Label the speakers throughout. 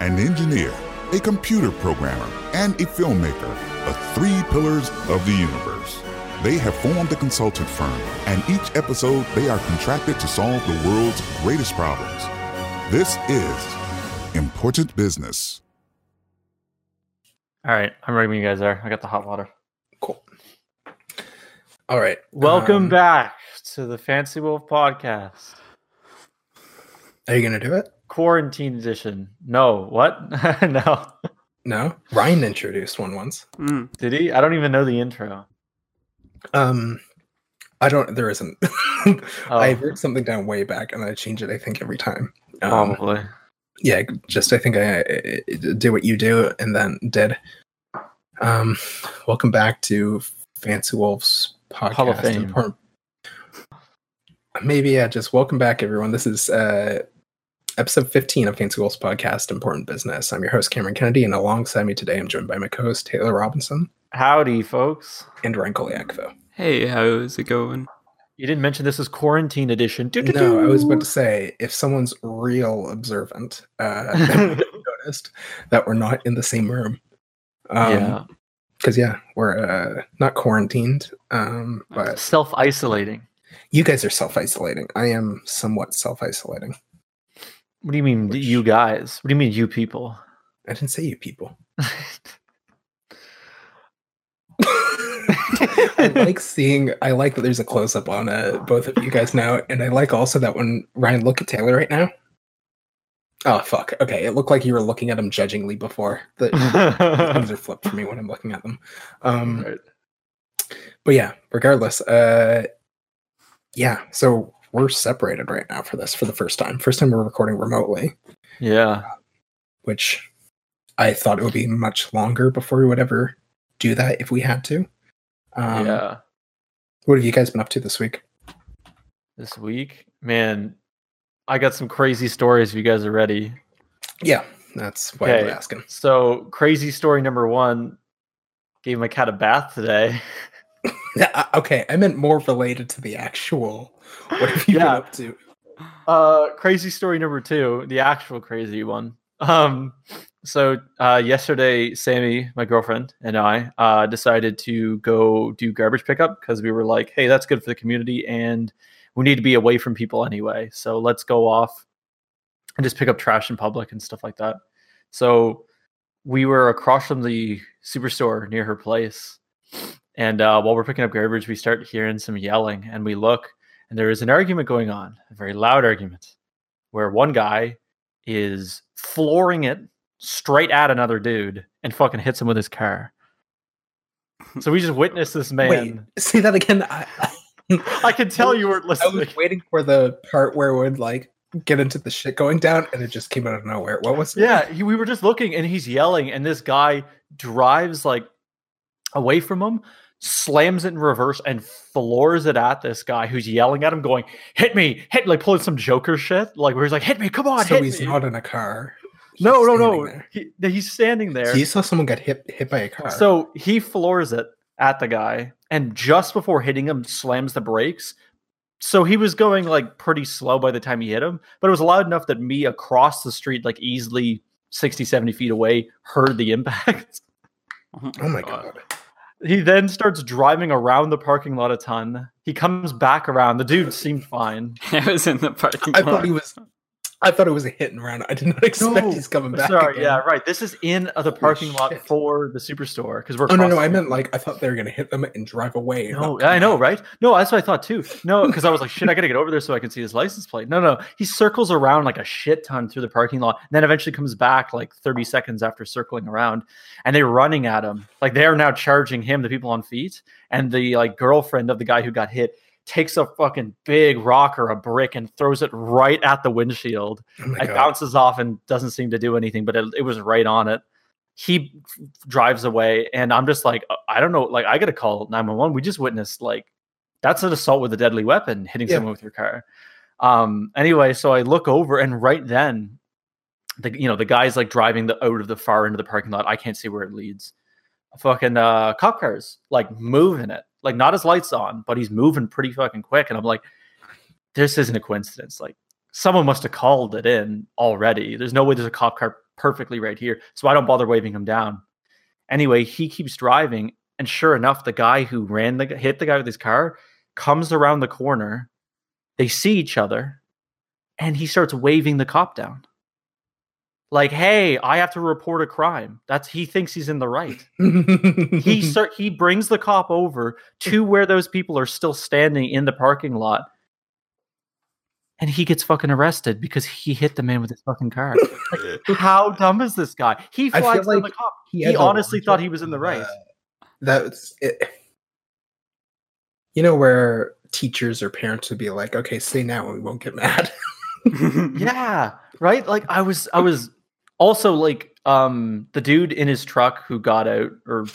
Speaker 1: an engineer, a computer programmer, and a filmmaker, the three pillars of the universe. They have formed a consultant firm, and each episode they are contracted to solve the world's greatest problems. This is Important Business.
Speaker 2: All right, I'm ready when you guys are. I got the hot water.
Speaker 3: Cool. All right. um,
Speaker 2: Welcome back to the Fancy Wolf podcast,
Speaker 3: Are you gonna do it?
Speaker 2: quarantine edition. No, what? no.
Speaker 3: No. Ryan introduced one once.
Speaker 4: Mm.
Speaker 2: Did he? I don't even know the intro.
Speaker 3: Um, I don't. There isn't.
Speaker 2: Oh,
Speaker 3: I wrote something down way back, and I change it. I think every time. Um,
Speaker 2: probably.
Speaker 3: Yeah. Just I think I, I, I did what you do, and then did. Um, welcome back to Fancy Wolves podcast.
Speaker 2: Hall of Fame.
Speaker 3: Impor- Maybe yeah. Just welcome back, everyone. This is uh. Episode 15 of Fancy Wolves Podcast, Important Business. I'm your host, Cameron Kennedy, and alongside me today, I'm joined by my co host, Taylor Robinson.
Speaker 2: Howdy, folks.
Speaker 3: and Ryan Koliakvo.
Speaker 4: Hey, how's it going?
Speaker 2: You didn't mention this is quarantine edition.
Speaker 3: No, I was about
Speaker 2: Doo-doo-doo.
Speaker 3: to say if someone's real observant, uh, they would have noticed that we're not in the same room. Um,
Speaker 2: yeah.
Speaker 3: because yeah, we're uh, not quarantined. Um,
Speaker 2: Oh.
Speaker 3: but
Speaker 2: Self isolating.
Speaker 3: you guys are self isolating. I am somewhat self isolating.
Speaker 2: What do you mean,
Speaker 3: Which-
Speaker 2: you guys? What do you mean, you people?
Speaker 3: I didn't say you people. I like seeing. I like that there's a close up on uh, both of you guys now, and I like also that when Ryan look at Taylor right now. Oh fuck! Okay, it looked like you were looking at him judgingly before. The things
Speaker 2: Right.
Speaker 3: are flipped for me when I'm looking at them. Um, But yeah, regardless, uh, yeah. So we're separated right now for this for the first time. First time we're recording remotely,
Speaker 2: Yeah.
Speaker 3: which I thought it would be much longer before we would ever do that if we had to. Um,
Speaker 2: yeah.
Speaker 3: What have you guys been up to this week?
Speaker 2: This week, man, I got some crazy stories if you guys are ready.
Speaker 3: Yeah, that's why I'm
Speaker 2: Okay.
Speaker 3: asking.
Speaker 2: So, crazy story number one gave my cat a bath today.
Speaker 3: Yeah, I- okay, I meant more related to the actual. What have you been
Speaker 2: Yeah.
Speaker 3: up to?
Speaker 2: Uh, crazy story number two, the actual crazy one. Um, so uh, yesterday, Sammy, my girlfriend, and I uh, decided to go do garbage pickup because we were like, "Hey, that's good for the community, and we need to be away from people anyway. So let's go off and just pick up trash in public and stuff like that." So we were across from the superstore near her place, and uh, while we're picking up garbage, we start hearing some yelling, and we look, and there is an argument going on, a very loud argument, where one guy is flooring it straight at another dude and fucking hits him with his car. So we just witnessed this man.
Speaker 3: Wait, say that again. I,
Speaker 2: I can tell you weren't
Speaker 3: I
Speaker 2: listening.
Speaker 3: was waiting for the part where it would like get into the shit going down, and it just came out of nowhere. What was it?
Speaker 2: Yeah, he, we were just looking and he's yelling, and this guy drives like away from him, slams it in reverse, and floors it at this guy who's yelling at him, going, Hit me, hit like pulling some Joker shit, like where he's like, Hit me, come on,
Speaker 3: So
Speaker 2: hit
Speaker 3: he's
Speaker 2: me."
Speaker 3: not in a car.
Speaker 2: no, no,
Speaker 3: He's
Speaker 2: no.
Speaker 3: standing
Speaker 2: He,
Speaker 3: there.
Speaker 2: he's standing there.
Speaker 3: So you saw someone get hit hit by a car.
Speaker 2: So he floors it at the guy, and just before hitting him, slams the brakes. So he was going like pretty slow by the time he hit him, but it was loud enough that me across the street, like easily 60, 70 feet away, heard the impact.
Speaker 3: oh my god.
Speaker 2: he then starts driving around the parking lot a ton. He comes back around. The dude seemed fine.
Speaker 4: I was in the parking
Speaker 3: I
Speaker 4: lot.
Speaker 3: thought he was. I thought it was a hit and run. I did not expect
Speaker 2: No,
Speaker 3: he's coming back.
Speaker 2: Sorry,
Speaker 3: again.
Speaker 2: yeah, right. This is in uh, the
Speaker 3: Holy
Speaker 2: parking
Speaker 3: shit.
Speaker 2: lot for the superstore because we're.
Speaker 3: Oh no,
Speaker 2: across
Speaker 3: no,
Speaker 2: the
Speaker 3: I
Speaker 2: street.
Speaker 3: meant like I thought they were gonna hit them and drive away.
Speaker 2: No,
Speaker 3: and not come
Speaker 2: I know,
Speaker 3: back.
Speaker 2: right? No, that's what I thought too. No, because I was like, shit, I gotta get over there so I can see his license plate. No, no, he circles around like a shit ton through the parking lot, and then eventually comes back like 30 seconds after circling around, and they're running at him. Like they are now charging him, the people on feet, and the like girlfriend of the guy who got hit takes a fucking big rock or a brick and throws it right at the windshield.
Speaker 3: Oh my
Speaker 2: It
Speaker 3: God.
Speaker 2: bounces off and doesn't seem to do anything, but it, it was right on it. He f- drives away, and I'm just like, uh, I don't know. Like, I got to call 911. We just witnessed like that's an assault with a deadly weapon, hitting
Speaker 3: Yeah.
Speaker 2: someone with your car. Um. Anyway, so I look over, and right then, the you know the guy's like driving the out of the far end of the parking lot. I can't see where it leads. Fucking uh, cop cars like moving it, like not his lights on, but he's moving pretty fucking quick, and I'm like, this isn't a coincidence. Like someone must have called it in already. There's no way there's a cop car perfectly right here. So I don't bother waving him down. Anyway, he keeps driving, and sure enough, the guy who ran the hit the guy with his car comes around the corner. They see each other, and he starts waving the cop down. Like, hey, I have to report a crime. That's he thinks he's in the right he start, he brings the cop over to where those people are still standing in the parking lot and he gets fucking arrested because he hit the man with his fucking car. Like, how dumb is this guy? He
Speaker 3: I feel
Speaker 2: flags down
Speaker 3: like
Speaker 2: the cop.
Speaker 3: he
Speaker 2: He
Speaker 3: has a
Speaker 2: honestly
Speaker 3: large-
Speaker 2: thought he was in the right.
Speaker 3: Uh, that's it. You know where teachers or parents would be like, "Okay, say now, and we won't get mad." Mm-hmm.
Speaker 2: yeah, right? Like I was I was also like um the dude in his truck who got out or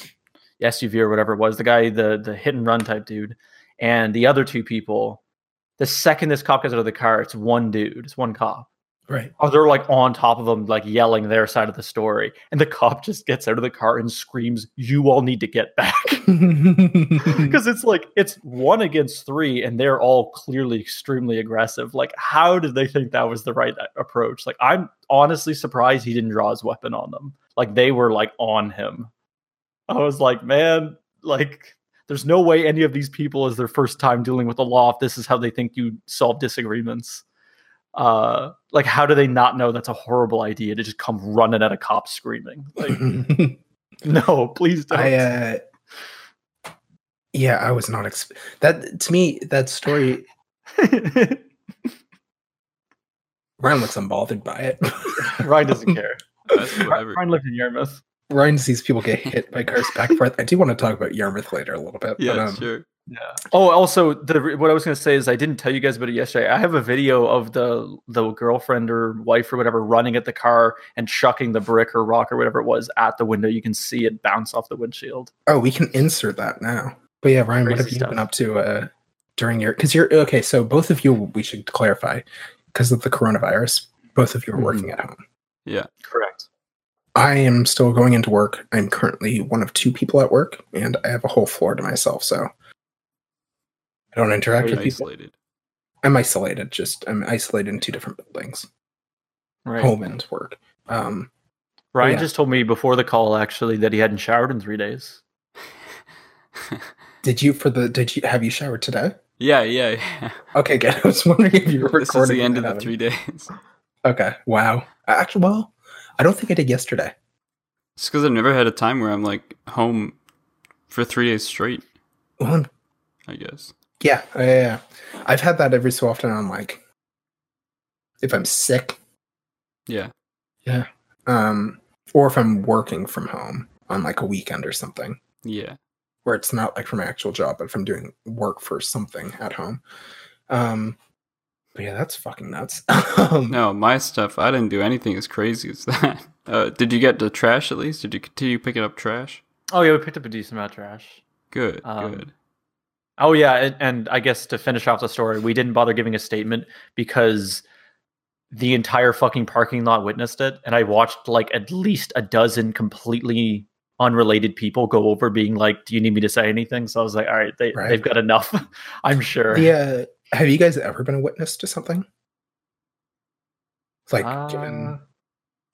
Speaker 2: the SUV or whatever it was, the guy the the hit and run type dude and the other two people the second this cop gets out of the car, it's one dude, it's one cop.
Speaker 3: right.
Speaker 2: Oh, they're like on top of them, like yelling their side of the story. And the cop just gets out of the car and screams, You all need to get back.
Speaker 3: Hmm.
Speaker 2: Because it's like, it's one against three, and they're all clearly extremely aggressive. Like, how did they think that was the right a- approach? Like, I'm honestly surprised he didn't draw his weapon on them. Like, they were like on him. I was like, Man, like, there's no way any of these people is their first time dealing with the law if this is how they think you solve disagreements uh like how do they not know that's a horrible idea to just come running at a cop screaming like no please don't
Speaker 3: I uh, yeah, I was not exp- that to me that story. Ryan looks unbothered by it.
Speaker 2: ryan doesn't care
Speaker 4: That's whatever.
Speaker 2: ryan lived in yarmouth
Speaker 3: Ryan sees people get hit by cars back and forth. I do want to talk about Yarmouth later a little bit.
Speaker 4: Yeah,
Speaker 3: but, um,
Speaker 4: sure.
Speaker 2: yeah oh also the re- what i was going to say is i didn't tell you guys about it yesterday i have a video of the the girlfriend or wife or whatever running at the car and chucking the brick or rock or whatever it was at the window you can see it bounce off the windshield
Speaker 3: Oh, we can insert that now. But yeah, Ryan, what
Speaker 2: Crazy
Speaker 3: have you
Speaker 2: stuff.
Speaker 3: been up to uh, during your? Because you're okay. So both of you, we should clarify, because of the coronavirus, both of you are
Speaker 2: Mhm.
Speaker 3: working at home.
Speaker 2: correct
Speaker 3: I am still going into work. I'm currently one of two people at work, and I have a whole floor to myself. So I don't interact with people.
Speaker 4: Isolated.
Speaker 3: I'm isolated. Just I'm isolated in two different buildings,
Speaker 2: right
Speaker 3: home and work. Um,
Speaker 2: ryan
Speaker 3: Oh, yeah.
Speaker 2: just told me before the call actually that he hadn't showered in three days
Speaker 3: did you for the? Did you have you showered today?
Speaker 4: yeah, yeah, yeah.
Speaker 3: Okay, good. I was wondering if you were
Speaker 4: This is
Speaker 3: recording.
Speaker 4: the end
Speaker 3: and
Speaker 4: of the
Speaker 3: having-
Speaker 4: three days.
Speaker 3: Okay. Wow. Actually, well, I don't think I did yesterday.
Speaker 4: It's because I've never had a time where I'm like home for three days straight.
Speaker 3: Well, I'm-
Speaker 4: I guess.
Speaker 3: yeah, yeah, yeah. yeah. I've had that every so often. I'm like, if I'm sick,
Speaker 4: Yeah.
Speaker 3: um, or if I'm working from home on like a weekend or something,
Speaker 4: Yeah.
Speaker 3: where it's not like from my actual job, but if I'm doing work for something at home. Um, but yeah, that's fucking nuts. um,
Speaker 4: No, my stuff. I didn't do anything as crazy as that. Uh, did you get the trash at least? Did you continue picking up trash?
Speaker 2: Oh yeah, we picked up a decent amount of trash.
Speaker 4: Good.
Speaker 2: Um,
Speaker 4: good.
Speaker 2: Oh yeah, and, and I guess to finish off the story, we didn't bother giving a statement because the entire fucking parking lot witnessed it, and I watched like at least a dozen completely unrelated people go over, being like, "Do you need me to say anything?" So I was like, "All right, they,
Speaker 3: Right.
Speaker 2: they've got enough, I'm sure."
Speaker 3: The, uh, have you guys ever been a witness to something? Like,
Speaker 2: Uh,
Speaker 3: given,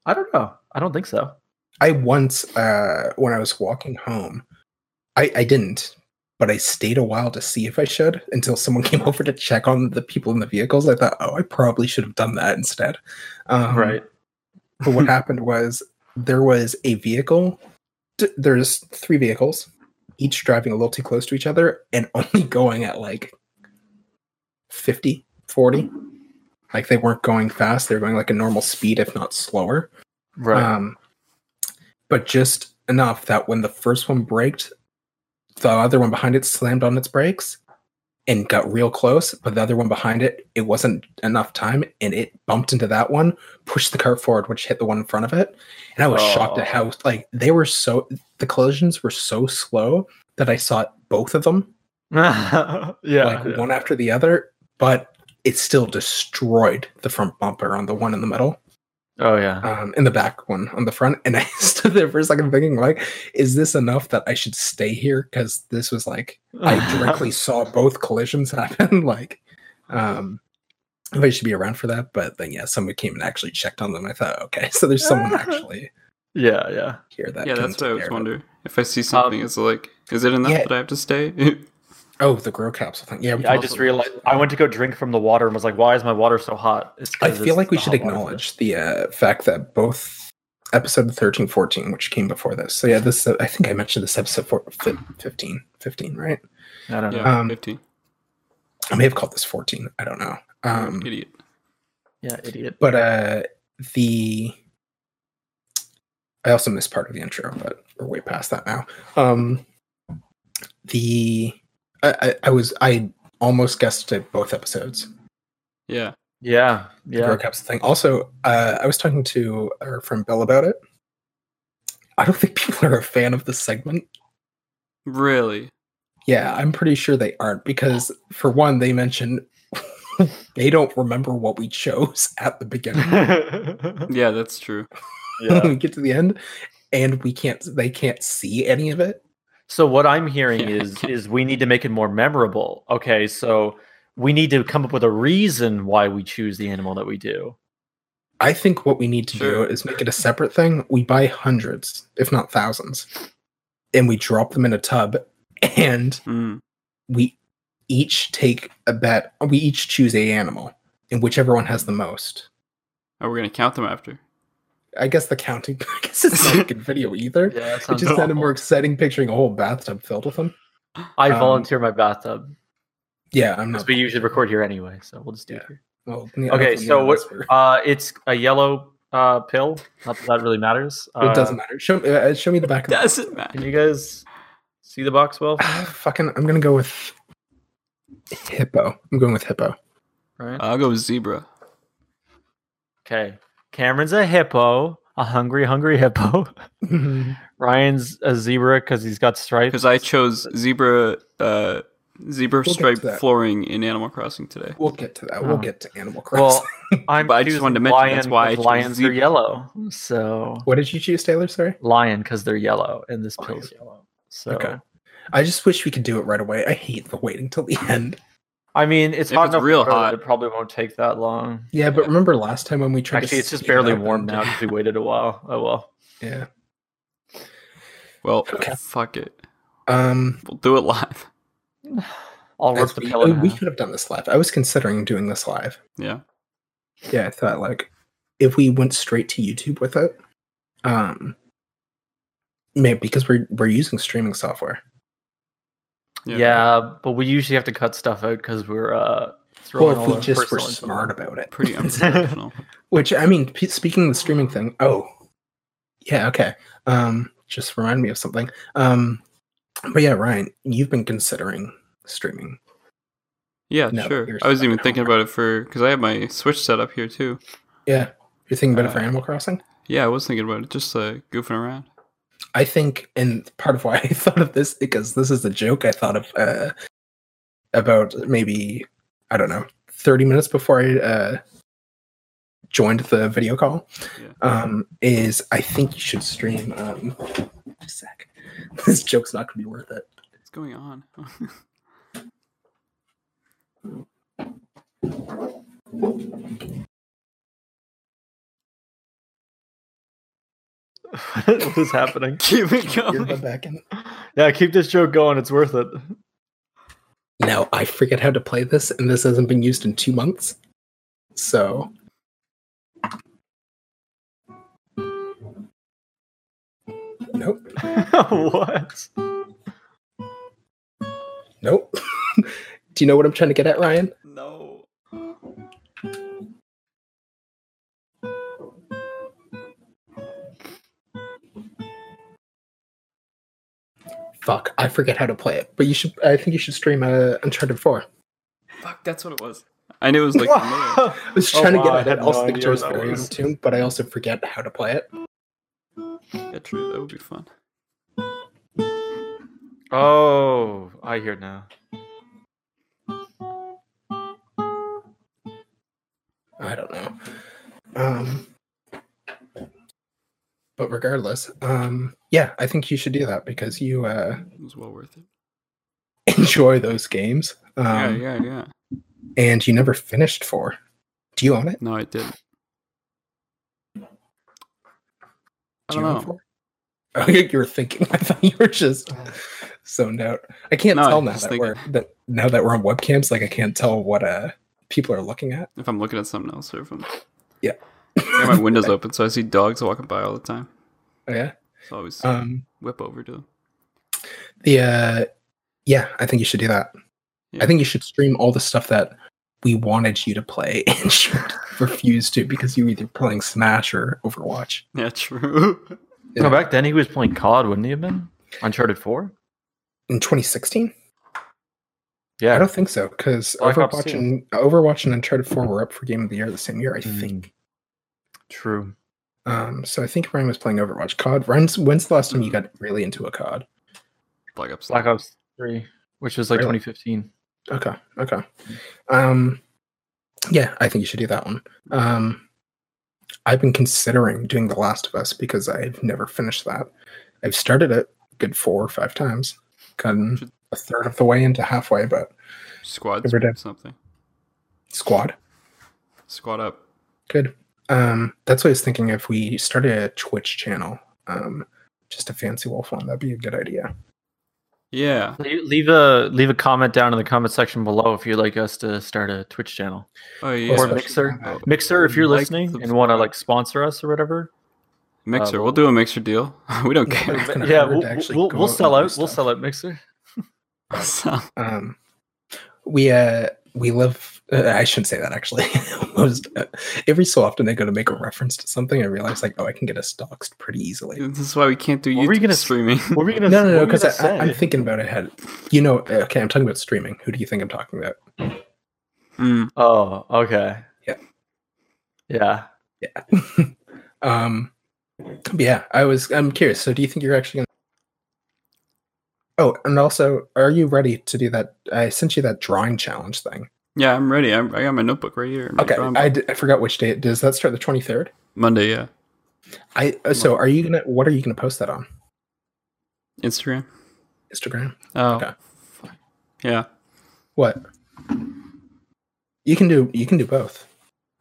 Speaker 2: I don't know. I don't think so.
Speaker 3: I once, uh, when I was walking home, I, I didn't, but I stayed a while to see if I should until someone came over to check on the people in the vehicles. I thought, oh, I probably should have done that instead. Um, but what happened was there was a vehicle. d- There's three vehicles, each driving a little too close to each other and only going at like 50, 40. Like they weren't going fast. They were going like a normal speed, if not slower.
Speaker 2: Right.
Speaker 3: Um, but just enough that when the first one braked, the other one behind it slammed on its brakes and got real close. But the other one behind it, it wasn't enough time and it bumped into that one, pushed the car forward, which hit the one in front of it. And I was shocked at
Speaker 2: Oh.
Speaker 3: how, like, they were so, the collisions were so slow that I saw both of them,
Speaker 2: yeah.
Speaker 3: uh, like
Speaker 2: yeah.
Speaker 3: one after the other, but it still destroyed the front bumper on the one in the middle
Speaker 2: Oh yeah.
Speaker 3: um, in the back one on the front. And I stood there for a second thinking, like, is this enough that I should stay here? Because this was like I directly saw both collisions happen. Like, um, Nobody should be around for that, but then yeah, someone came and actually checked on them. I thought, okay, so there's someone actually
Speaker 2: Yeah, yeah.
Speaker 3: here that.
Speaker 4: yeah,
Speaker 3: can
Speaker 4: that's
Speaker 3: take
Speaker 4: what I was
Speaker 3: care of it.
Speaker 4: wondering. If I see
Speaker 2: Um,
Speaker 4: something, it's like, is it enough
Speaker 3: yeah.
Speaker 4: that I have to stay?
Speaker 3: Oh, the grow capsule thing. Yeah, we
Speaker 2: I
Speaker 3: can
Speaker 2: just
Speaker 3: also-
Speaker 2: realized I went to go drink from the water and was like, "Why is my water so hot?" It's
Speaker 3: I
Speaker 2: 'cause
Speaker 3: feel
Speaker 2: it's
Speaker 3: like we
Speaker 2: the
Speaker 3: should
Speaker 2: hot water.
Speaker 3: acknowledge the uh, fact that both episode 13, 14, which came before this. So yeah, this uh, I think I mentioned this episode four, fif- 15, 15, right?
Speaker 2: I don't know.
Speaker 4: yeah,
Speaker 3: Um,
Speaker 4: 15.
Speaker 3: I may have called this 14. I don't know. Um,
Speaker 4: Idiot.
Speaker 2: Yeah, idiot.
Speaker 3: but uh, the I also missed part of the intro, but we're way past that now. Um, the I, I, I was I almost guessed at both episodes.
Speaker 4: Yeah.
Speaker 2: Yeah,
Speaker 3: the grow
Speaker 2: yeah.
Speaker 3: capsule thing. Also, uh, I was talking to our friend Bill about it. I don't think people are a fan of this segment.
Speaker 4: Really?
Speaker 3: Yeah, I'm pretty sure they aren't because, for one, they mention they don't remember what we chose at the beginning
Speaker 4: Yeah, that's true.
Speaker 2: yeah.
Speaker 3: when we get to the end, and we can't. They can't see any of it.
Speaker 2: So what I'm hearing
Speaker 4: Yeah.
Speaker 2: is is we need to make it more memorable. Okay, so we need to come up with a reason why we choose the animal that we do.
Speaker 3: I think what we need to
Speaker 4: Sure.
Speaker 3: do is make it a separate thing. We buy hundreds, if not thousands, and we drop them in a tub, and
Speaker 4: Mm.
Speaker 3: we each take a bet. We each choose a animal, and whichever one has the most.
Speaker 4: Oh, we're going to count them after.
Speaker 3: I guess the counting. I guess it's not a good video either.
Speaker 2: Yeah, that
Speaker 3: it
Speaker 2: sounds
Speaker 3: just sounded
Speaker 2: awful.
Speaker 3: more exciting picturing a whole bathtub filled with them.
Speaker 2: I
Speaker 3: um,
Speaker 2: volunteer my bathtub
Speaker 3: Yeah, I'm
Speaker 2: because
Speaker 3: not.
Speaker 2: we usually record here anyway, so we'll just do it
Speaker 3: Yeah.
Speaker 2: here.
Speaker 3: Well, yeah,
Speaker 2: Okay,
Speaker 3: that's
Speaker 2: so
Speaker 3: the
Speaker 2: what?
Speaker 3: answer.
Speaker 2: Uh, it's a yellow uh pill. Not that that really matters. Uh,
Speaker 3: it doesn't matter. Show uh, show me the back. Of the
Speaker 4: Doesn't matter.
Speaker 2: Can you guys see the box well?
Speaker 3: Ah, fucking, I'm gonna go with hippo. I'm going with hippo.
Speaker 2: Right.
Speaker 4: I'll go zebra.
Speaker 2: Okay. Cameron's a hippo, a hungry, hungry hippo. Ryan's a zebra because he's got stripes.
Speaker 4: Because I chose zebra uh, zebra
Speaker 3: We'll get
Speaker 4: stripe
Speaker 3: to that.
Speaker 4: flooring in Animal Crossing today.
Speaker 3: we'll get to that. We'll
Speaker 2: Oh.
Speaker 3: get to Animal Crossing.
Speaker 2: well, I'm
Speaker 4: But I just
Speaker 2: choosing
Speaker 4: wanted to mention that's
Speaker 2: lion
Speaker 4: why
Speaker 2: 'cause
Speaker 4: I chose
Speaker 2: lions are
Speaker 4: zebra.
Speaker 2: yellow. So
Speaker 3: what did you choose, Taylor? Sorry.
Speaker 2: lion because they're yellow, and this
Speaker 3: Oh,
Speaker 2: pill's yellow. So
Speaker 3: Okay. I just wish we could do it right away. I hate the waiting till the end.
Speaker 2: I mean, it's
Speaker 4: If
Speaker 2: hot
Speaker 4: it's
Speaker 2: enough
Speaker 4: real
Speaker 2: for her
Speaker 4: hot.
Speaker 2: that It probably won't take that long.
Speaker 3: Yeah, but
Speaker 4: Yeah.
Speaker 3: remember last time when we tried
Speaker 2: Actually,
Speaker 3: to
Speaker 2: it's just
Speaker 3: speed
Speaker 2: barely
Speaker 3: up
Speaker 2: warm
Speaker 3: and-
Speaker 2: now because we waited a while. Oh well.
Speaker 3: Yeah.
Speaker 4: Well,
Speaker 3: Okay.
Speaker 4: fuck it.
Speaker 3: Um
Speaker 4: We'll do it live.
Speaker 2: I'll rip
Speaker 3: as
Speaker 2: the
Speaker 3: we,
Speaker 2: pill in
Speaker 3: oh, we
Speaker 2: half.
Speaker 3: could have done this live. I was considering doing this live.
Speaker 4: Yeah.
Speaker 3: Yeah, I thought like if we went straight to YouTube with it, um maybe because we're we're using streaming software.
Speaker 2: Yeah. but we usually have to cut stuff out because we're uh,
Speaker 3: Well,
Speaker 2: throwing
Speaker 3: if
Speaker 2: all
Speaker 3: we
Speaker 2: our
Speaker 3: just were
Speaker 2: personal info.
Speaker 3: smart about it.
Speaker 4: Pretty unprofessional.
Speaker 3: Which I mean, p- speaking of the streaming thing, oh, yeah, okay. Um, just remind me of something. Um, but yeah, Ryan, you've been considering streaming.
Speaker 4: yeah,
Speaker 3: No,
Speaker 4: sure.
Speaker 3: you're
Speaker 4: I was
Speaker 3: stuck
Speaker 4: even
Speaker 3: at
Speaker 4: thinking
Speaker 3: home.
Speaker 4: about it for because I have my Switch set up here too.
Speaker 3: Yeah, you're thinking about it for
Speaker 4: Uh,
Speaker 3: Animal Crossing.
Speaker 4: Yeah, I was thinking about it, just uh, goofing around.
Speaker 3: I think, and part of why I thought of this because this is a joke I thought of uh, about maybe I don't know thirty minutes before I uh, joined the video call.
Speaker 4: Yeah.
Speaker 3: Um, is I think you should stream. Um, just a sec. This joke's not gonna be worth it.
Speaker 4: What's going on?
Speaker 2: what is happening?
Speaker 4: Keep it
Speaker 2: Oh,
Speaker 3: You're the
Speaker 4: going.
Speaker 3: back end.
Speaker 2: Yeah, keep this joke going. It's worth it.
Speaker 3: Now I forget how to play this, and this hasn't been used in two months. So Nope.
Speaker 2: what?
Speaker 3: Nope. Do you know what I'm trying to get at, Ryan?
Speaker 4: No.
Speaker 3: Fuck, I forget how to play it. But you should I think you should stream uh, Uncharted 4.
Speaker 4: Fuck, that's what it was. I knew it was like.
Speaker 3: I
Speaker 4: familiar.
Speaker 3: was trying
Speaker 2: Oh, wow,
Speaker 3: to get
Speaker 2: I
Speaker 3: at
Speaker 2: had
Speaker 3: it. I also
Speaker 2: no
Speaker 3: think
Speaker 2: idea
Speaker 3: it was
Speaker 2: what that
Speaker 3: very
Speaker 2: was.
Speaker 3: in tune, but I also forget how to play it.
Speaker 4: yeah, true. That would be fun.
Speaker 2: Oh, I hear it now.
Speaker 3: I don't know. Um but regardless, um yeah, I think you should do that because you uh
Speaker 4: It was well worth it.
Speaker 3: enjoy those games. Um,
Speaker 4: yeah, yeah, yeah.
Speaker 3: And you never finished four. Do you own it?
Speaker 4: No, I didn't. I
Speaker 3: Do
Speaker 4: don't
Speaker 3: you own
Speaker 4: know.
Speaker 3: four? Oh, you were thinking. I thought you were just zoned out. I can't
Speaker 4: No, I
Speaker 3: tell
Speaker 4: was
Speaker 3: now
Speaker 4: just
Speaker 3: that
Speaker 4: thinking.
Speaker 3: we're that now that we're on webcams. Like I can't tell what uh people are looking at.
Speaker 4: If I'm looking at something else or if I'm I got
Speaker 3: oh
Speaker 4: my windows open, so I see dogs walking by all the time.
Speaker 3: yeah.
Speaker 4: So I always
Speaker 3: Um.
Speaker 4: whip over to them.
Speaker 3: The uh, yeah. I think you should do that.
Speaker 4: Yeah.
Speaker 3: I think you should stream all the stuff that we wanted you to play and should refuse to because you were either playing Smash or Overwatch.
Speaker 4: Yeah, true.
Speaker 3: Yeah.
Speaker 2: No, back then he was playing COD, wouldn't he have been? Uncharted 4?
Speaker 3: In 2016. I
Speaker 2: Yeah.
Speaker 3: don't think so because
Speaker 2: Black Ops
Speaker 3: Overwatch
Speaker 2: 2.
Speaker 3: and Overwatch and Uncharted Four were up for Game of the Year the same year, I
Speaker 2: Mm.
Speaker 3: think.
Speaker 2: True.
Speaker 3: Um, so I think Ryan was playing Overwatch. COD. Ryan's, when's the last time
Speaker 2: Mm.
Speaker 3: you got really into a COD?
Speaker 4: Black Ops.
Speaker 2: Black Ops 3, which was like
Speaker 3: Really?
Speaker 2: 2015.
Speaker 3: Okay, okay. Um, yeah, I think you should do that one. Um, I've been considering doing The Last of Us because I've never finished that. I've started it a good four or five times,
Speaker 2: Mm-hmm.
Speaker 3: gotten a third of the way into halfway, but
Speaker 4: Squad
Speaker 3: Never did.
Speaker 4: something.
Speaker 3: squad.
Speaker 4: Squad up.
Speaker 3: Good. Um, that's what I was thinking. If we started a Twitch channel, um, just a fancy wolf one, that'd be a good idea.
Speaker 4: Yeah.
Speaker 2: Le- Leave a leave a comment down in the comment section below if you'd like us to start a Twitch channel.
Speaker 4: Oh yeah. Oh,
Speaker 2: Or
Speaker 3: Especially
Speaker 2: Mixer.
Speaker 3: now that-
Speaker 2: Mixer, if you're
Speaker 4: Like,
Speaker 2: listening and
Speaker 4: subscribe.
Speaker 2: want to like sponsor us or whatever.
Speaker 4: Mixer.
Speaker 2: Uh,
Speaker 4: we'll do a mixer deal. we don't
Speaker 3: Yeah,
Speaker 4: care.
Speaker 3: it's kinda
Speaker 2: Yeah,
Speaker 3: hard to
Speaker 2: we'll,
Speaker 3: actually
Speaker 2: we'll,
Speaker 3: go
Speaker 2: we'll
Speaker 3: and
Speaker 2: sell
Speaker 3: do
Speaker 2: out. We'll
Speaker 3: stuff.
Speaker 2: sell out Mixer.
Speaker 4: So-
Speaker 3: Um, we uh, we live. Uh, I shouldn't say that actually. Most uh, every so often I go to make a reference to something. I realize like, oh, I can get us doxxed pretty easily.
Speaker 4: this is why we can't do
Speaker 2: What were you
Speaker 4: YouTube
Speaker 2: gonna-
Speaker 4: streaming.
Speaker 2: What are we
Speaker 3: No,
Speaker 2: gonna?
Speaker 3: no,
Speaker 2: what
Speaker 3: no,
Speaker 2: were we
Speaker 3: because
Speaker 2: gonna
Speaker 3: I, I'm
Speaker 2: say?
Speaker 3: thinking about ahead. You know, okay, I'm talking about streaming. Who do you think I'm talking about?
Speaker 4: Mm.
Speaker 2: Oh, okay.
Speaker 3: Yeah.
Speaker 2: Yeah.
Speaker 3: Yeah. um, but yeah, I was. I'm curious. So, do you think you're actually gonna? Oh, and also, are you ready to do that? I sent you that drawing challenge thing.
Speaker 4: Yeah, I'm ready. I'm, I got my notebook right here. my
Speaker 3: Okay,
Speaker 4: drawing
Speaker 3: I,
Speaker 4: book.
Speaker 3: d- I forgot which day. it- Does that start the 23rd?
Speaker 4: Monday. Yeah.
Speaker 3: I uh, so are you gonna what are you gonna post that on
Speaker 4: Instagram.
Speaker 3: Instagram?
Speaker 4: Oh.
Speaker 3: Okay.
Speaker 4: fuck. Yeah.
Speaker 3: What? You can do you can do both.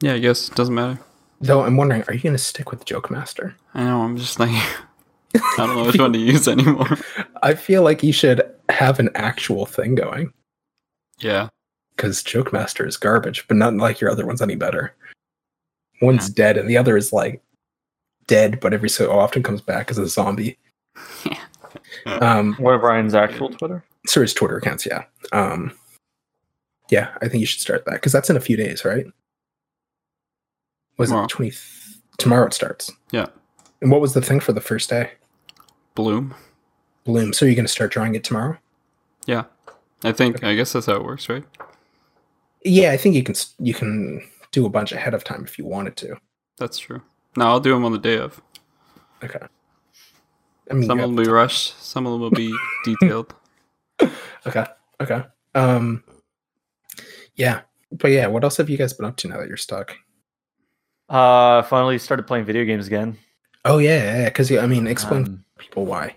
Speaker 4: Yeah. I guess it doesn't matter.
Speaker 3: Though I'm wondering, are you gonna stick with Joke Master?
Speaker 4: I know. I'm just like. I don't know which one to use anymore.
Speaker 3: I feel like you should have an actual thing going
Speaker 4: Yeah.
Speaker 3: because Joke Master is garbage, but not like your other one's any better. One's dead and the other is like dead, but every so often comes back as a zombie. Um,
Speaker 2: One of Ryan's actual Twitter.
Speaker 3: so his Twitter accounts, yeah. Um, yeah, I think you should start that because that's in a few days, right? Was
Speaker 4: Tomorrow.
Speaker 3: it twenty? Tomorrow it starts.
Speaker 4: Yeah.
Speaker 3: And what was the thing for the first day?
Speaker 4: Bloom.
Speaker 3: Bloom. So you're going to start drawing it tomorrow?
Speaker 4: Yeah. I think. I guess that's how it works, right?
Speaker 3: Yeah, I think you can. s- You can do a bunch ahead of time if you wanted to.
Speaker 4: That's true. No, I'll do them on the day of.
Speaker 3: Okay. I mean,
Speaker 4: Some
Speaker 3: you
Speaker 4: will be rushed. Some of them will be detailed.
Speaker 3: have- okay, okay. Um, yeah, but yeah, what else have you guys been up to now that you're stuck?
Speaker 2: Uh, finally started playing video games again.
Speaker 3: Oh yeah, yeah. Because I mean, explain
Speaker 2: Um,
Speaker 3: to people why.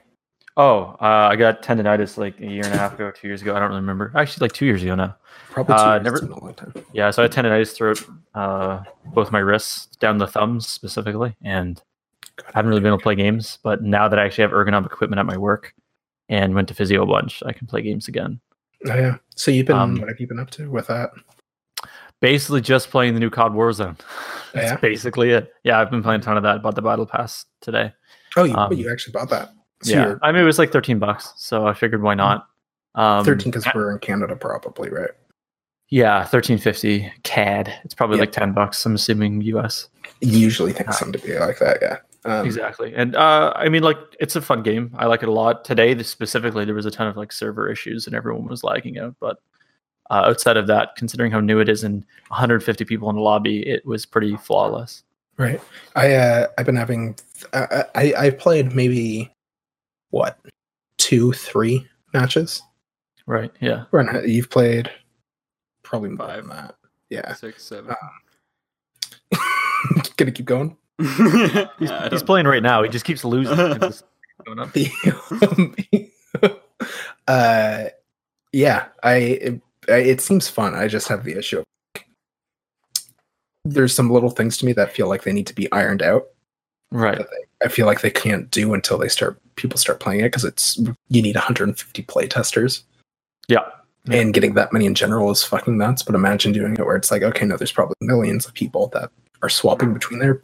Speaker 2: oh, uh, I got tendonitis like a year and a half ago, two years ago. I don't really remember. Actually, like two years ago now.
Speaker 3: Probably two
Speaker 2: uh,
Speaker 3: years,
Speaker 2: never-
Speaker 3: it's been a long time.
Speaker 2: Yeah, so I had tendonitis throughout uh, both my wrists, down the thumbs specifically, and I haven't really been able to play games. But now that I actually have ergonomic equipment at my work and went to physio a bunch, I can play games again.
Speaker 3: Oh yeah. So you've been.
Speaker 2: Um,
Speaker 3: what have you been up to with that?
Speaker 2: Basically, just playing the new COD Warzone. That's
Speaker 3: Yeah?
Speaker 2: basically it. Yeah, I've been playing a ton of that. Bought the Battle Pass today.
Speaker 3: Oh, you,
Speaker 2: Um,
Speaker 3: you actually bought that. So
Speaker 2: yeah,
Speaker 3: you're
Speaker 2: I mean it was like thirteen bucks, so I figured why not? Um,
Speaker 3: 13 because we're in Canada, probably, right?
Speaker 2: yeah, thirteen fifty CAD. It's probably
Speaker 3: Yeah.
Speaker 2: like ten bucks. I'm assuming U.S.
Speaker 3: Usually
Speaker 2: Uh,
Speaker 3: things seem to be like that, yeah. Um,
Speaker 2: exactly, and uh, I mean like it's a fun game. I like it a lot. Today this- specifically, there was a ton of like server issues and everyone was lagging out. But uh, outside of that, considering how new it is and 150 people in the lobby, it was pretty flawless.
Speaker 3: Right. I uh, I've been having I I, I played maybe what two three matches.
Speaker 2: Right? Yeah.
Speaker 3: Or not- You've played probably more
Speaker 4: Five.
Speaker 3: than that. Yeah.
Speaker 4: Six, seven.
Speaker 2: Uh,
Speaker 3: Gonna keep going.
Speaker 2: He's,
Speaker 4: Yeah, I
Speaker 2: he's
Speaker 4: don't-
Speaker 2: playing right now. He just keeps losing. It just keeps going up.
Speaker 3: The- uh, yeah. I it, I- it seems fun. I just have the issue. of there's some little things to me that feel like they need to be ironed out.
Speaker 2: Right.
Speaker 3: that they, I feel like they can't do until they start people start playing it because it's you need 150 play testers
Speaker 2: Yeah. Yeah.
Speaker 3: and getting that many in general is fucking nuts. But imagine doing it where it's like okay, no, there's probably millions of people that are swapping between there.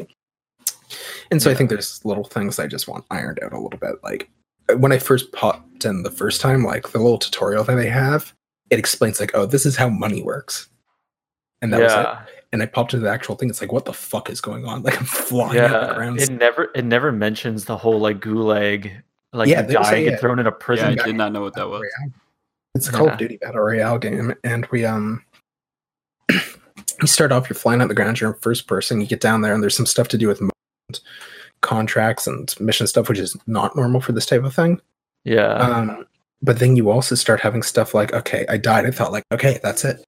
Speaker 3: And so I
Speaker 2: Yeah.
Speaker 3: think there's little things I just want ironed out a little bit. Like when I first popped in the first time, like the little tutorial that they have, it explains like, oh, this is how money works. And that was it.
Speaker 2: yeah.
Speaker 3: And I popped into the actual thing. It's like, what the fuck is going on? Like I'm flying up and
Speaker 2: yeah.
Speaker 3: around.
Speaker 2: It never it never mentions the whole like gulag like
Speaker 3: Yeah, they don't say
Speaker 2: dying and
Speaker 3: it.
Speaker 2: thrown in a
Speaker 4: Yeah, I
Speaker 2: prison.
Speaker 4: did not know what that was.
Speaker 3: Royale. It's a Call
Speaker 2: Yeah.
Speaker 3: of Duty Battle Royale game, and we um, you start off, you're flying on the ground, you're in first person. You get down there, and there's some stuff to do with mo- and contracts and mission stuff, which is not normal for this type of thing.
Speaker 2: Yeah.
Speaker 3: Um, but then you also start having stuff like, okay, I died. I thought like, okay, that's it.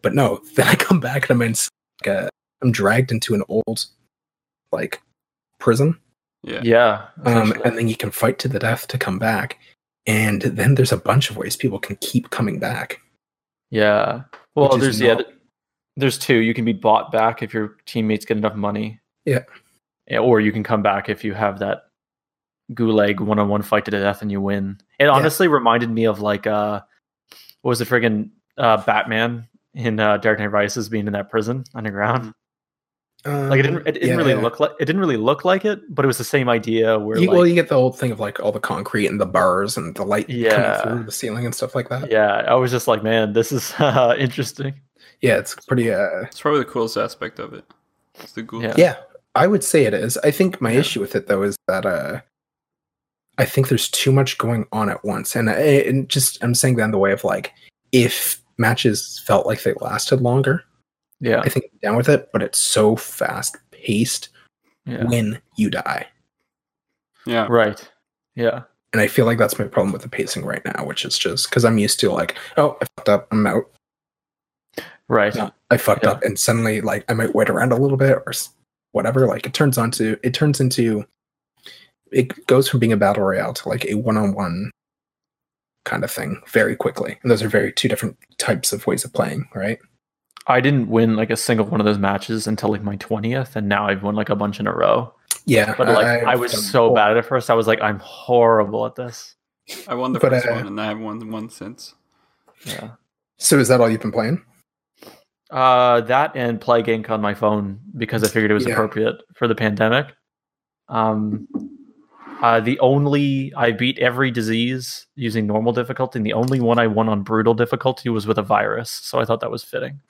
Speaker 3: But no, then I come back and I'm in s- like a, I'm dragged into an old like prison
Speaker 4: Yeah.
Speaker 2: yeah.
Speaker 3: um,
Speaker 2: essentially.
Speaker 3: and then you can fight to the death to come back. And then there's a bunch of ways people can keep coming back.
Speaker 2: yeah. Well,
Speaker 3: is
Speaker 2: there's yeah,
Speaker 3: not-
Speaker 2: th- there's two. You can be bought back if your teammates get enough money.
Speaker 3: Yeah.
Speaker 2: Yeah, or you can come back if you have that gulag one-on-one fight to the death and you win. It honestly reminded me of like uh what was the friggin' uh Batman in uh Dark Knight Rises being in that prison underground.
Speaker 3: Um,
Speaker 2: Like it didn't it didn't really
Speaker 3: yeah.
Speaker 2: look like it didn't really look like it, but it was the same idea where
Speaker 3: You,
Speaker 2: like,
Speaker 3: well, you get the whole thing of like all the concrete and the bars and the light
Speaker 2: Yeah.
Speaker 3: coming through the ceiling and stuff like that. Yeah,
Speaker 2: yeah, I was just like, man, this is uh, interesting.
Speaker 3: it's pretty. Uh,
Speaker 4: It's probably the coolest aspect of it. It's the ghoul.
Speaker 2: Yeah.
Speaker 3: yeah, I would say it is. I think my
Speaker 4: Yeah.
Speaker 3: issue with it though is that uh, I think there's too much going on at once, and, I, and just I'm saying that in the way of like if matches felt like they lasted longer,
Speaker 2: Yeah,
Speaker 3: I think I'm down with it. But it's so fast paced
Speaker 2: yeah,
Speaker 3: when you die.
Speaker 4: Yeah.
Speaker 2: right, yeah,
Speaker 3: And I feel like that's my problem with the pacing right now, which is just because I'm used to like, oh, I fucked up, I'm out.
Speaker 2: right,
Speaker 3: No, I fucked
Speaker 2: Yeah.
Speaker 3: up, and suddenly like I might wait around a little bit or s- whatever. Like it turns on to it turns into it goes from being a battle royale to like a one on one kind of thing very quickly. And those are very two different types of ways of playing, right?
Speaker 2: I didn't win like a single one of those matches until like my twentieth, and now I've won like a bunch in a row.
Speaker 3: Yeah,
Speaker 2: But like I,
Speaker 3: I've
Speaker 2: was
Speaker 3: done
Speaker 2: so
Speaker 3: both.
Speaker 2: bad at it first, I was like, I'm horrible at this.
Speaker 4: I won the
Speaker 3: But,
Speaker 4: first
Speaker 3: uh,
Speaker 4: one and I haven't won one since.
Speaker 2: Yeah,
Speaker 3: So is that all you've been playing?
Speaker 2: uh, that and play Gank on my phone because I figured it was
Speaker 3: Yeah.
Speaker 2: appropriate for the pandemic. Um, uh, the only I beat every disease using normal difficulty, and the only one I won on brutal difficulty was with a virus. So I thought that was fitting.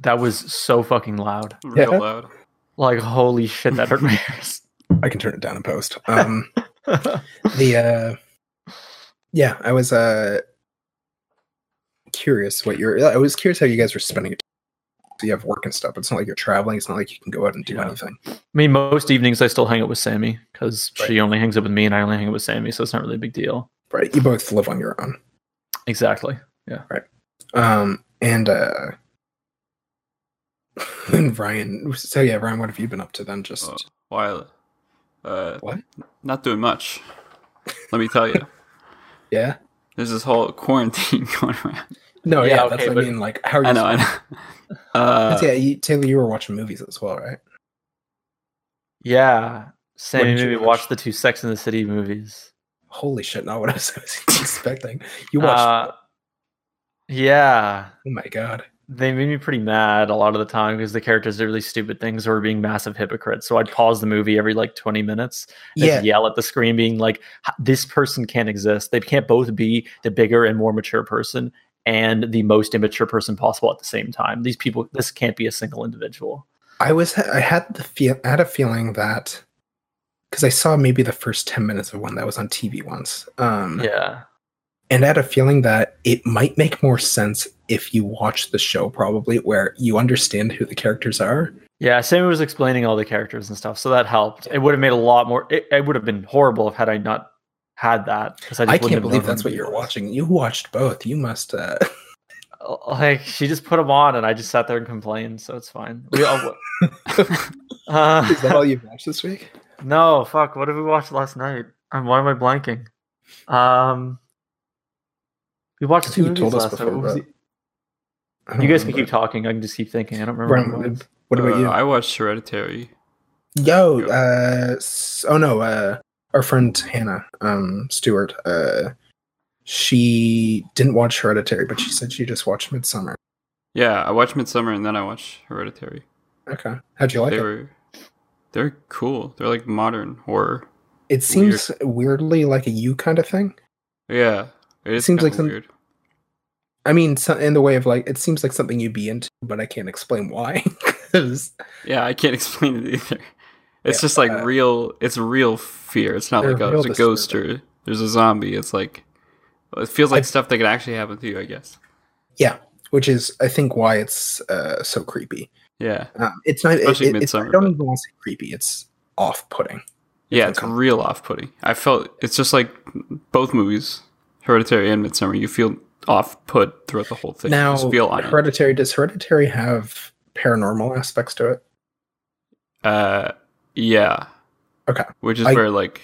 Speaker 2: That was so fucking loud.
Speaker 4: Real
Speaker 3: Yeah.
Speaker 4: loud.
Speaker 2: Like holy shit, that hurt my ears.
Speaker 3: I can turn it down in post. Um, the uh yeah i was uh curious what you're i was curious how you guys were spending your time so you have work and stuff it's not like you're traveling it's not like you can go out and do
Speaker 2: Yeah.
Speaker 3: anything
Speaker 2: I mean, most evenings I still hang out with Sammy because
Speaker 3: Right.
Speaker 2: she only hangs out with me and I only hang out with Sammy, so it's not really a big deal.
Speaker 3: right you both live on your own
Speaker 2: Exactly.
Speaker 3: um and uh and ryan so yeah ryan what have you been up to then just
Speaker 4: Oh, while uh
Speaker 3: What?
Speaker 4: not doing much. Let me tell you.
Speaker 3: yeah
Speaker 4: There's this whole quarantine going around.
Speaker 3: no
Speaker 2: Yeah,
Speaker 3: yeah,
Speaker 2: okay,
Speaker 3: that's what
Speaker 2: but-
Speaker 3: i mean like how are you
Speaker 4: I know, I know. Uh,
Speaker 3: yeah you, taylor you were watching movies as well right
Speaker 2: Yeah. Sammy
Speaker 3: did you
Speaker 2: maybe
Speaker 3: watch?
Speaker 2: watched the two Sex in the City movies.
Speaker 3: holy shit not what i was expecting you watched
Speaker 2: Uh, yeah.
Speaker 3: oh my god
Speaker 2: They made me pretty mad a lot of the time because the characters did really stupid things or were being massive hypocrites. So I'd pause the movie every like 20 minutes and just yell at the screen, being like, "H- this person can't exist. They can't both be the bigger and more mature person and the most immature person possible at the same time. These people, this can't be a single individual.
Speaker 3: I was I had the feel I had a feeling that because I saw maybe the first ten minutes of one that was on TV once, um,
Speaker 2: Yeah.
Speaker 3: and I had a feeling that it might make more sense if you watch the show probably where you understand who the characters are.
Speaker 2: Yeah, Sammy was explaining all the characters and stuff, so that helped. It would have made a lot more. It, it would have been horrible if had I not had that. Because I, just
Speaker 3: I
Speaker 2: wouldn't
Speaker 3: can't
Speaker 2: have known
Speaker 3: believe
Speaker 2: who
Speaker 3: that's what
Speaker 2: he
Speaker 3: you're
Speaker 2: was.
Speaker 3: watching. You watched both. You must. Uh,
Speaker 2: Like she just put them on, and I just sat there and complained. So it's fine. We all. uh,
Speaker 3: is that all you've watched this week?
Speaker 2: no, fuck. What did we watch last night? Um, why am I blanking? Um, we watched
Speaker 3: I
Speaker 2: two
Speaker 3: think you
Speaker 2: movies
Speaker 3: told
Speaker 2: last
Speaker 3: us
Speaker 2: night.
Speaker 3: before
Speaker 2: What was
Speaker 3: that.
Speaker 2: the-
Speaker 3: I don't
Speaker 2: You guys can
Speaker 3: remember.
Speaker 2: keep talking. I can just keep thinking. I don't remember. what it
Speaker 3: Brian,
Speaker 2: was.
Speaker 3: what about
Speaker 4: Uh,
Speaker 3: you?
Speaker 4: I watched Hereditary.
Speaker 3: Yo,
Speaker 4: Yo.
Speaker 3: uh, s- oh no, uh, our friend Hannah, um, Stewart, uh, she didn't watch Hereditary, but she said she just watched Midsummer.
Speaker 4: Yeah, I watched Midsummer and then I watched Hereditary.
Speaker 3: Okay, how'd you like
Speaker 4: they
Speaker 3: it?
Speaker 4: were they're cool. They're like modern horror.
Speaker 3: It seems weirdly like a you kind of thing.
Speaker 4: Yeah, it is
Speaker 3: seems
Speaker 4: kinda
Speaker 3: like some-
Speaker 4: weird.
Speaker 3: I mean, so, in the way of like, it seems like something you'd be into, but I can't explain why. 'Cause
Speaker 4: Yeah, I can't explain it either. It's
Speaker 3: Yeah,
Speaker 4: just like
Speaker 3: uh,
Speaker 4: real. It's real fear. It's not
Speaker 3: they're
Speaker 4: like oh,
Speaker 3: real
Speaker 4: there's a ghost or there's a zombie. It's like it feels like
Speaker 3: I-
Speaker 4: stuff that could actually happen to you. I guess.
Speaker 3: which is, I think, why it's uh, so creepy.
Speaker 4: Yeah,
Speaker 3: Um, it's not. It,
Speaker 4: Especially
Speaker 3: it- it's, I
Speaker 4: Midsommar,
Speaker 3: don't
Speaker 4: but-
Speaker 3: even want to say creepy. It's off-putting.
Speaker 4: yeah. It's
Speaker 3: okay.
Speaker 4: real off-putting. I felt it's just like both movies, Hereditary and Midsummer. You feel off-put throughout the whole thing. You
Speaker 3: now,
Speaker 4: just feel on edge.
Speaker 3: Hereditary. Does Hereditary have paranormal aspects to it?
Speaker 4: Uh, yeah.
Speaker 3: Okay.
Speaker 4: Which is
Speaker 3: I-
Speaker 4: where like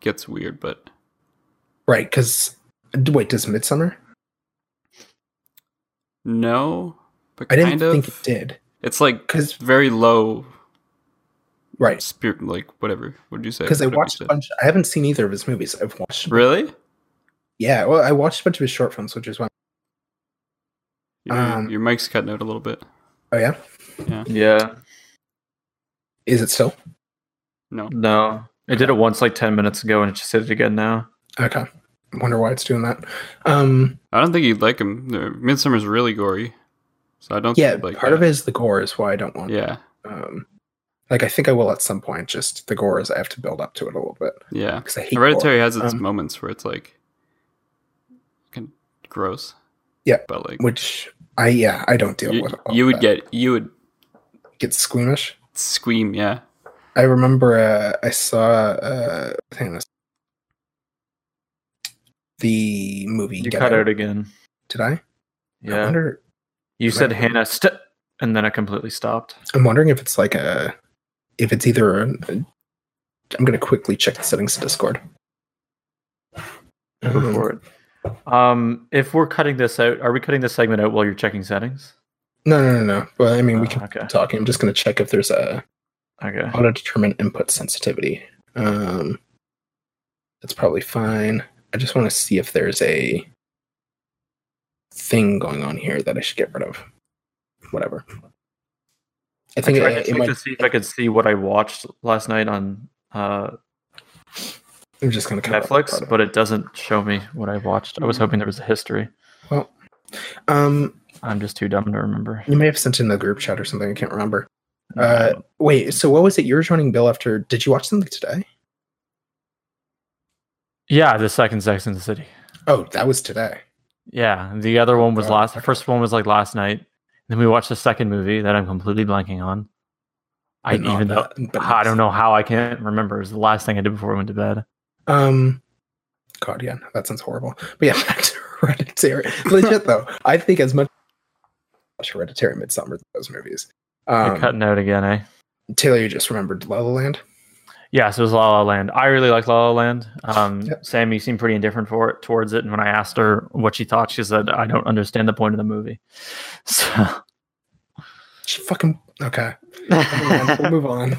Speaker 4: gets weird, but
Speaker 3: Right, because wait, does Midsummer?
Speaker 4: no, but
Speaker 3: I didn't
Speaker 4: kind of.
Speaker 3: think it did.
Speaker 4: It's like
Speaker 3: Because
Speaker 4: very low
Speaker 3: right,
Speaker 4: spirit, like whatever. What did you say?
Speaker 3: because I
Speaker 4: Whatever you
Speaker 3: watched a
Speaker 4: said.
Speaker 3: bunch. I haven't seen either of his movies. I've watched.
Speaker 4: Really?
Speaker 3: Yeah, well, I watched a bunch of his short films, which is why.
Speaker 4: Your,
Speaker 3: Um,
Speaker 4: your mic's cutting out a little bit.
Speaker 3: Oh yeah,
Speaker 2: Yeah.
Speaker 3: is it still
Speaker 4: No.
Speaker 2: No. I did it once like 10 minutes ago and it just did it again now.
Speaker 3: okay? Wonder why it's doing that. Um,
Speaker 4: I don't think you'd like him. Midsummer's really gory. So I don't
Speaker 3: yeah,
Speaker 4: think you'd like
Speaker 3: part of it is the gore is why I don't want.
Speaker 4: Yeah.
Speaker 3: Um, like I think I will at some point. Just the gore is I have to build up to it a little bit
Speaker 4: Yeah.
Speaker 3: because I hate gore.
Speaker 4: Hereditary has its
Speaker 3: Um,
Speaker 4: moments where it's like kind of gross.
Speaker 3: Yeah,
Speaker 4: But like
Speaker 3: which I yeah I don't deal
Speaker 4: you,
Speaker 3: with. all
Speaker 4: you would
Speaker 3: that.
Speaker 4: get you would
Speaker 3: get squeamish.
Speaker 4: scream, yeah.
Speaker 3: I remember uh, I saw uh, hang on a s- the movie.
Speaker 2: You
Speaker 3: Get
Speaker 2: cut out again.
Speaker 3: Did I? I
Speaker 2: Yeah.
Speaker 3: wonder,
Speaker 2: you
Speaker 3: Right.
Speaker 2: said Hannah st- and then I completely stopped.
Speaker 3: I'm wondering if it's like a if it's either. i am I'm gonna quickly check the settings of Discord.
Speaker 2: Go
Speaker 3: Um,
Speaker 2: for it. Um, if we're cutting this out, are we cutting this segment out while you're checking settings?
Speaker 3: no, no, no, no. Well, I mean, we
Speaker 2: Oh,
Speaker 3: can keep
Speaker 2: okay.
Speaker 3: talking. I'm just gonna check if there's a
Speaker 2: Okay.
Speaker 3: auto determine input sensitivity. Um, that's probably fine. I just want to see if there's a thing going on here that I should get rid of. Whatever. I
Speaker 2: I
Speaker 3: think
Speaker 2: tried
Speaker 3: it-
Speaker 2: to
Speaker 3: it
Speaker 2: check
Speaker 3: might-
Speaker 2: to see if I could see what I watched last night on uh,
Speaker 3: I'm just going to cut
Speaker 2: Netflix,
Speaker 3: Out
Speaker 2: but it doesn't show me what I watched. I was
Speaker 3: Mm-hmm.
Speaker 2: hoping there was a history.
Speaker 3: but um,
Speaker 2: I'm just too dumb to remember.
Speaker 3: you may have sent in the group chat or something. I can't remember. Uh, wait. So what was it? You were joining Bill after? Did you watch something today?
Speaker 2: yeah, the second Sex in the City.
Speaker 3: Oh, that was today.
Speaker 2: Yeah, the other one was
Speaker 3: Oh,
Speaker 2: last. The
Speaker 3: okay.
Speaker 2: first one was like last night. Then we watched the second movie that I'm completely blanking on. I
Speaker 3: But not
Speaker 2: even though
Speaker 3: that- but
Speaker 2: I
Speaker 3: not-
Speaker 2: don't know how I can't remember. It was the last thing I did before I went to bed.
Speaker 3: Um, God, yeah, that sounds horrible. But yeah, back to Hereditary. Legit though, I think as much as Hereditary, Midsummer, those movies.
Speaker 2: You're
Speaker 3: Um,
Speaker 2: cutting out again, eh?
Speaker 3: Taylor, you just remembered La La Land.
Speaker 2: Yeah, so it was La La Land. I really liked La La Land. Um,
Speaker 3: Yep.
Speaker 2: Sammy seemed pretty indifferent for it, towards it, and when I asked her what she thought, she said, "I don't understand the point of the movie." So,
Speaker 3: She fucking okay. Never mind, we'll move on.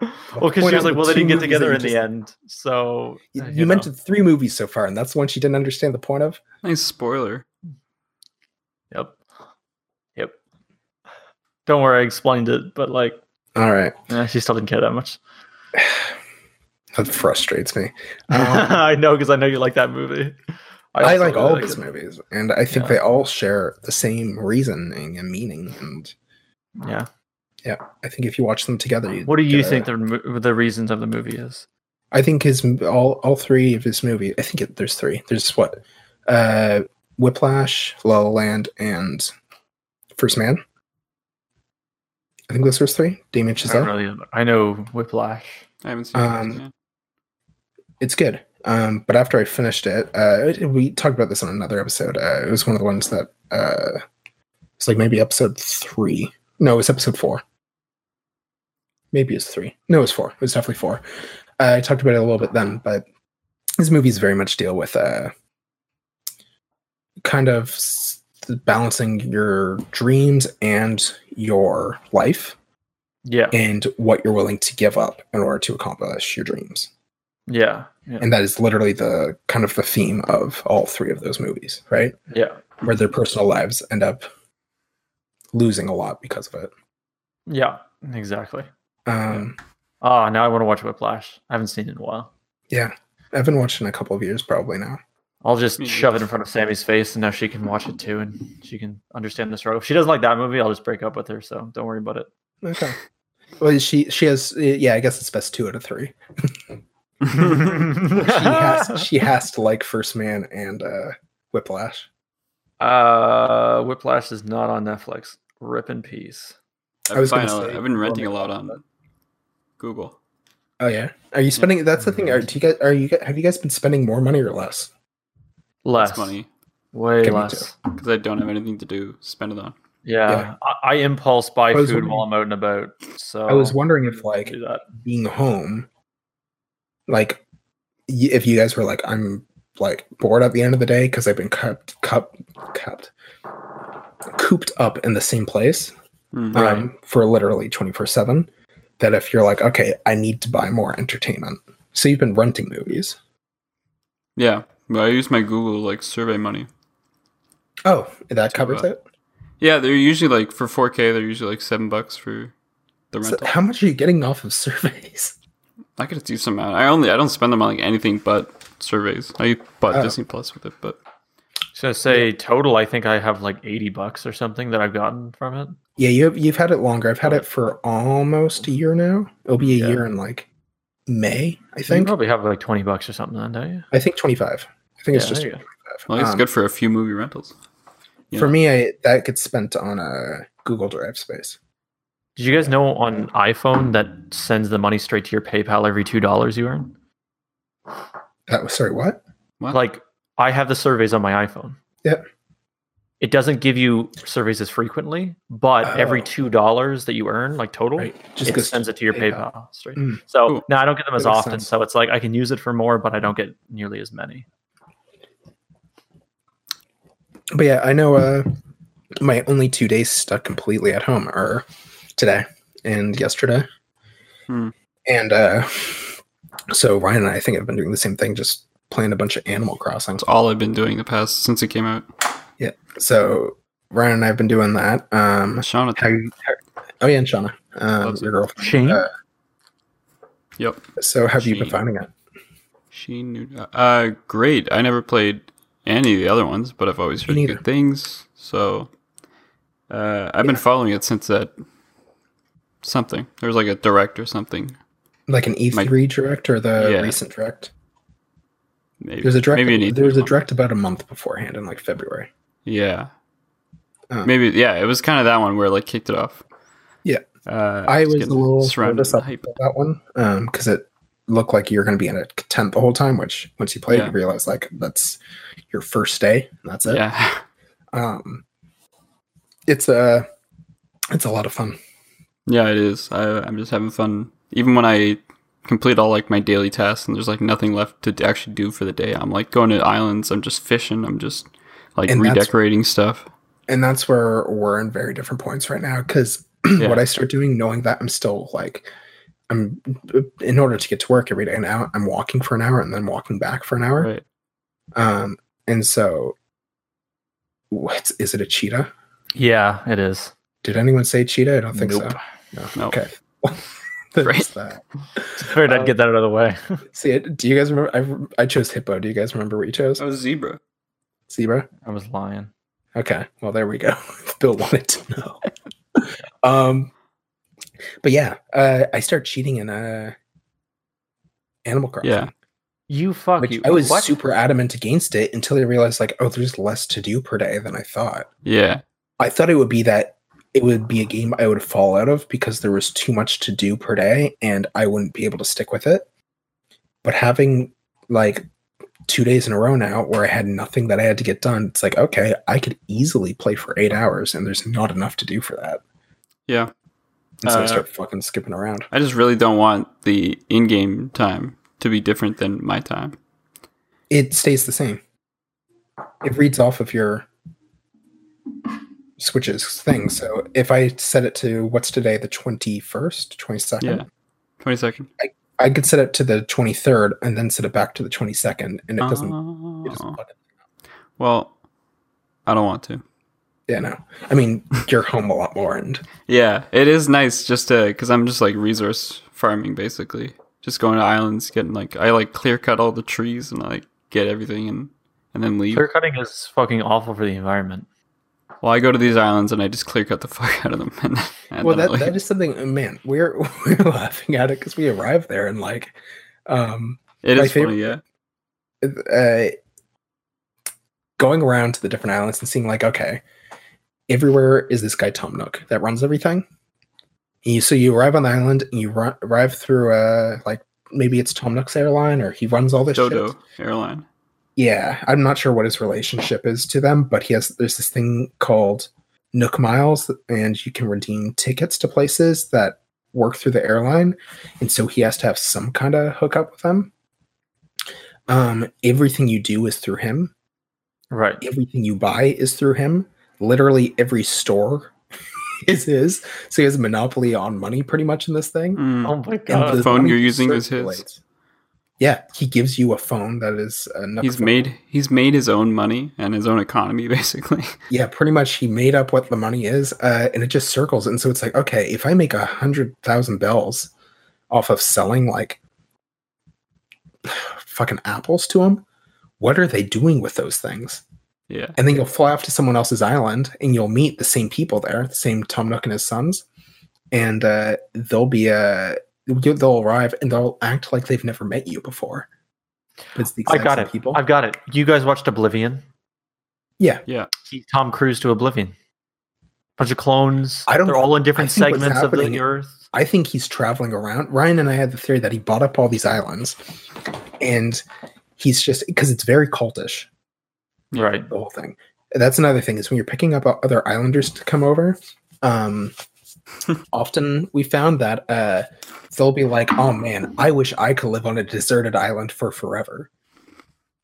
Speaker 2: well, because
Speaker 3: Point
Speaker 2: she was
Speaker 3: out
Speaker 2: like,
Speaker 3: the
Speaker 2: "Well, they
Speaker 3: two
Speaker 2: didn't get
Speaker 3: movies that
Speaker 2: together
Speaker 3: you
Speaker 2: in the
Speaker 3: just-
Speaker 2: end." So
Speaker 3: You,
Speaker 2: uh,
Speaker 3: you mentioned
Speaker 2: know.
Speaker 3: three movies so far, and that's the one she didn't understand the point of.
Speaker 4: Nice spoiler.
Speaker 2: Yep. Yep. Don't worry, I explained it, but like,
Speaker 3: All right,
Speaker 2: eh, she still didn't care that much.
Speaker 3: that frustrates me. Um,
Speaker 2: I know because I know you like that movie.
Speaker 3: I
Speaker 2: also
Speaker 3: like
Speaker 2: really
Speaker 3: all of
Speaker 2: it.
Speaker 3: his movies, and I think
Speaker 2: Yeah.
Speaker 3: they all share the same reasoning and meaning. And
Speaker 2: Yeah.
Speaker 3: I think if you watch them together, you
Speaker 2: What do you
Speaker 3: get a-
Speaker 2: think the mo- the reasons of the movie is?
Speaker 3: I think his all all three of his movie. I think it, there's three. There's what, uh, Whiplash, La La Land, and First Man. I think those first three. Damien
Speaker 2: I don't
Speaker 3: Chazelle.
Speaker 2: really. I know Whiplash.
Speaker 4: I haven't seen
Speaker 3: Um,
Speaker 4: it. yet.
Speaker 3: It's good. Um, but after I finished it, uh, it- we talked about this on another episode. Uh, it was one of the ones that uh, it's like maybe episode three. No, it was episode four. Maybe it's three. No, it was four. It was definitely four. Uh, I talked about it a little bit then, but these movies very much deal with uh, kind of s- balancing your dreams and your life
Speaker 2: Yeah.
Speaker 3: and what you're willing to give up in order to accomplish your dreams.
Speaker 2: Yeah. Yeah.
Speaker 3: And that is literally the kind of the theme of all three of those movies, right?
Speaker 2: Yeah.
Speaker 3: Where their personal lives end up losing a lot because of it.
Speaker 2: Yeah. Exactly.
Speaker 3: Um,
Speaker 2: Ah, now I want to watch Whiplash. I haven't seen it in a while.
Speaker 3: I haven't watched in a couple of years, probably now.
Speaker 2: I'll just
Speaker 4: Me neither.
Speaker 2: shove it in front of Sammy's face, and now she can watch it too, and she can understand the struggle. If she doesn't like that movie, I'll just break up with her. So don't worry about it.
Speaker 3: Okay. Well, she she has yeah. I guess it's best two out of three. She has she has to like First Man and uh, Whiplash.
Speaker 2: uh, Whiplash is not on Netflix. Rip in peace.
Speaker 4: I've,
Speaker 3: I was
Speaker 4: been
Speaker 3: gonna
Speaker 4: buying a-
Speaker 3: say-
Speaker 4: I've been renting a lot on Google.
Speaker 3: Oh yeah. Are you spending? That's the thing. Are do you guys? Are you guys- have you guys been spending more money or less?
Speaker 2: Less
Speaker 4: It's money
Speaker 2: Way
Speaker 3: Okay, me
Speaker 2: less.
Speaker 4: because I don't have anything to do. Spend it on.
Speaker 2: Yeah,
Speaker 3: Yeah.
Speaker 2: I, I impulse buy
Speaker 3: I was
Speaker 2: food while I'm
Speaker 3: wondering-
Speaker 2: out and about. So
Speaker 3: I was wondering if like
Speaker 2: do that.
Speaker 3: being home, like y- if you guys were like I'm like bored at the end of the day because I've been kept cup kept cooped up in the same place.
Speaker 4: Mm.
Speaker 2: Right.
Speaker 3: um, for literally 24 7 that if you're like okay i need to buy more entertainment so you've been renting movies
Speaker 4: Yeah, well, I use my Google like survey money.
Speaker 3: oh that covers
Speaker 4: uh,
Speaker 3: it
Speaker 4: Yeah, they're usually like for 4K. They're usually like seven bucks for the
Speaker 3: So
Speaker 4: rental.
Speaker 3: how much are you getting off of surveys
Speaker 4: I get a decent amount. I only I don't spend them on like anything but surveys. I bought
Speaker 3: Oh.
Speaker 4: Disney Plus with it, but
Speaker 2: So say total, I think I have like eighty bucks or something that I've gotten from it.
Speaker 3: yeah you've, you've had it longer i've had it for almost a year now it'll be a
Speaker 2: Yeah.
Speaker 3: year in like may i
Speaker 2: You
Speaker 3: think
Speaker 2: probably have like twenty bucks or something, then, don't you?
Speaker 3: i think 25 i think it's
Speaker 2: Yeah,
Speaker 3: just
Speaker 2: there you go.
Speaker 3: 25
Speaker 4: well, it's
Speaker 3: Um,
Speaker 4: good for a few movie rentals. you
Speaker 3: for
Speaker 4: know.
Speaker 3: me I, that gets spent on a google drive space
Speaker 2: Did you guys know on iPhone that sends the money straight to your PayPal every two dollars you earn?
Speaker 3: that was sorry what
Speaker 4: What?
Speaker 2: Like I have the surveys on my iPhone.
Speaker 3: Yep.
Speaker 2: It doesn't give you surveys as frequently, but every
Speaker 3: Oh.
Speaker 2: two dollars that you earn, like total,
Speaker 3: right
Speaker 2: just it
Speaker 3: goes
Speaker 2: sends it to your PayPal,
Speaker 3: PayPal.
Speaker 2: straight.
Speaker 3: Mm.
Speaker 2: So
Speaker 4: Cool.
Speaker 2: no, I don't get them as
Speaker 3: That makes
Speaker 2: often.
Speaker 3: sense.
Speaker 2: So it's like I can use it for more, but I don't get nearly as many.
Speaker 3: But yeah, I know uh my only two days stuck completely at home are today and yesterday.
Speaker 4: Hmm.
Speaker 3: And uh so Ryan and I, I think have been doing the same thing, just playing a bunch of Animal Crossing.
Speaker 4: That's all I've been doing the past since it came out.
Speaker 3: So Ryan and I have been doing that. Um
Speaker 4: Shauna,
Speaker 3: how you how- oh yeah, and Shauna. Um
Speaker 4: Loves
Speaker 3: your girlfriend.
Speaker 2: Shane,
Speaker 3: Uh,
Speaker 4: yep,
Speaker 3: So how have you been
Speaker 4: Shane.
Speaker 3: finding it?
Speaker 4: she knew. Uh, great. I never played any of the other ones, but I've always heard
Speaker 3: neither.
Speaker 4: good things. So, uh, I've been following it since that something. There was like a direct or something.
Speaker 3: Like an E three direct or the
Speaker 4: Yeah.
Speaker 3: recent direct?
Speaker 4: Maybe
Speaker 3: There's a direct
Speaker 4: Maybe an
Speaker 3: there was a
Speaker 4: E3 one.
Speaker 3: direct about a month beforehand in like February.
Speaker 4: Yeah.
Speaker 3: Uh.
Speaker 4: Maybe yeah, it was kind of that one where it, like kicked it off.
Speaker 3: Yeah.
Speaker 4: Uh,
Speaker 3: I
Speaker 4: it's
Speaker 3: was a
Speaker 4: getting
Speaker 3: little
Speaker 4: surrounded
Speaker 3: nervous
Speaker 4: in
Speaker 3: up
Speaker 4: hype.
Speaker 3: about that one because it looked like you're going to be in a tent the whole time. Which once you play, it,
Speaker 4: Yeah.
Speaker 3: you realize like that's your first day. and that's it.
Speaker 4: Yeah.
Speaker 3: Um, it's a it's a lot of fun.
Speaker 4: Yeah, it is. I, I'm just having fun. Even when I complete all like my daily tasks and there's like nothing left to d- actually do for the day, I'm like going to islands. I'm just fishing. I'm just like
Speaker 3: And that's-
Speaker 4: redecorating stuff.
Speaker 3: and that's where we're in very different points right now because
Speaker 4: Yeah.
Speaker 3: what i start doing knowing that i'm still like i'm in order to get to work every day now i'm walking for an hour and then walking back for an hour
Speaker 4: Right.
Speaker 3: um and so what is it a cheetah
Speaker 2: yeah, it is.
Speaker 3: did anyone say cheetah i don't think
Speaker 2: Nope.
Speaker 3: so no
Speaker 4: Nope.
Speaker 3: okay That's
Speaker 4: Right.
Speaker 3: that.
Speaker 2: Figured I'd
Speaker 3: Uh,
Speaker 2: get that out of the way.
Speaker 3: see do you guys remember I, I chose hippo do you guys remember what you chose
Speaker 4: Oh, zebra.
Speaker 3: zebra
Speaker 2: I was lying.
Speaker 3: Okay. Well, there we go. Bill wanted to know. um, but yeah, uh, I start cheating in uh, Animal Crossing.
Speaker 4: Yeah.
Speaker 2: You fuck
Speaker 3: Which
Speaker 2: you.
Speaker 3: I was
Speaker 2: What?
Speaker 3: super adamant against it until I realized, like, oh, there's less to do per day than I thought.
Speaker 4: Yeah.
Speaker 3: I thought it would be that it would be a game I would fall out of because there was too much to do per day and I wouldn't be able to stick with it. But having like two days in a row now where I had nothing that I had to get done, it's like, okay, I could easily play for eight hours and there's not enough to do for that.
Speaker 4: Yeah.
Speaker 3: And so I
Speaker 4: Uh,
Speaker 3: start fucking skipping around.
Speaker 4: I just really don't want the in game time to be different than my time.
Speaker 3: It stays the same. It reads off of your switches things. So if I set it to what's today, the 21st, 22nd,
Speaker 4: Yeah. 22nd.
Speaker 3: I could set it to the 23rd and then set it back to the 22nd. And it doesn't, it doesn't
Speaker 4: Oh.
Speaker 3: plug it.
Speaker 4: Well, I don't want to.
Speaker 3: Yeah, no. I mean, you're home a lot more. And
Speaker 4: Yeah, it is nice just to because I'm just like resource farming basically. Just going to islands, getting like I like clear cut all the trees and I like get everything and and then leave.
Speaker 2: Clear cutting is fucking awful for the environment.
Speaker 4: Well, I go to these islands and I just clear cut the fuck out of them. And, and
Speaker 3: well,
Speaker 4: then I
Speaker 3: that, that
Speaker 4: leave.
Speaker 3: is something, uh, man, we're, we're laughing at it because we arrived there and like, um,
Speaker 4: it
Speaker 3: my
Speaker 4: is funny,
Speaker 3: favorite-
Speaker 4: yeah.
Speaker 3: uh, going around to the different islands and seeing like, okay, everywhere is this guy Tom Nook that runs everything. And you, so you arrive on the island and you ru- arrive through uh like maybe it's Tom Nook's airline or he runs all this
Speaker 4: Dodo
Speaker 3: shit.
Speaker 4: airline.
Speaker 3: Yeah, I'm not sure what his relationship is to them, but he has there's this thing called Nook Miles, and you can redeem tickets to places that work through the airline, and so he has to have some kind of hookup with them. Um, everything you do is through him.
Speaker 2: Right.
Speaker 3: Everything you buy is through him. Literally every store is his. So he has a monopoly on money, pretty much in this thing.
Speaker 4: Mm.
Speaker 2: Oh my
Speaker 3: And
Speaker 2: god.
Speaker 4: the- phone
Speaker 3: money
Speaker 4: you're using is his.
Speaker 3: circulates. Yeah, he gives you a phone that is a Nook
Speaker 4: he's
Speaker 3: phone.
Speaker 4: made he's made his own money and his own economy basically.
Speaker 3: yeah pretty much he made up what the money is uh, and it just circles and so it's like okay if i make a hundred thousand bells off of selling like fucking apples to him what are they doing with those things
Speaker 4: yeah.
Speaker 3: and then you'll fly off to someone else's island and you'll meet the same people there the same tom nook and his sons and uh, they'll be uh, you- they'll arrive and they'll act like they've never met you before But it's the
Speaker 2: I
Speaker 3: exact
Speaker 2: got
Speaker 3: same
Speaker 2: it.
Speaker 3: people
Speaker 2: I've got it. You guys watched Oblivion?
Speaker 3: yeah
Speaker 2: He- Tom Cruise to Oblivion. Bunch of clones.
Speaker 3: I don't-
Speaker 2: They're all in different
Speaker 3: I think what's
Speaker 2: segments of
Speaker 3: happening-
Speaker 2: the earth.
Speaker 3: I think he's traveling around. Ryan and I had the theory that he bought up all these islands and he's just because it's very cultish,
Speaker 4: Yeah.
Speaker 2: Right.
Speaker 3: the whole thing. That's another thing is when you're picking up other islanders to come over, um, often we found that uh, they'll be like, oh man, I wish I could live on a deserted island for forever.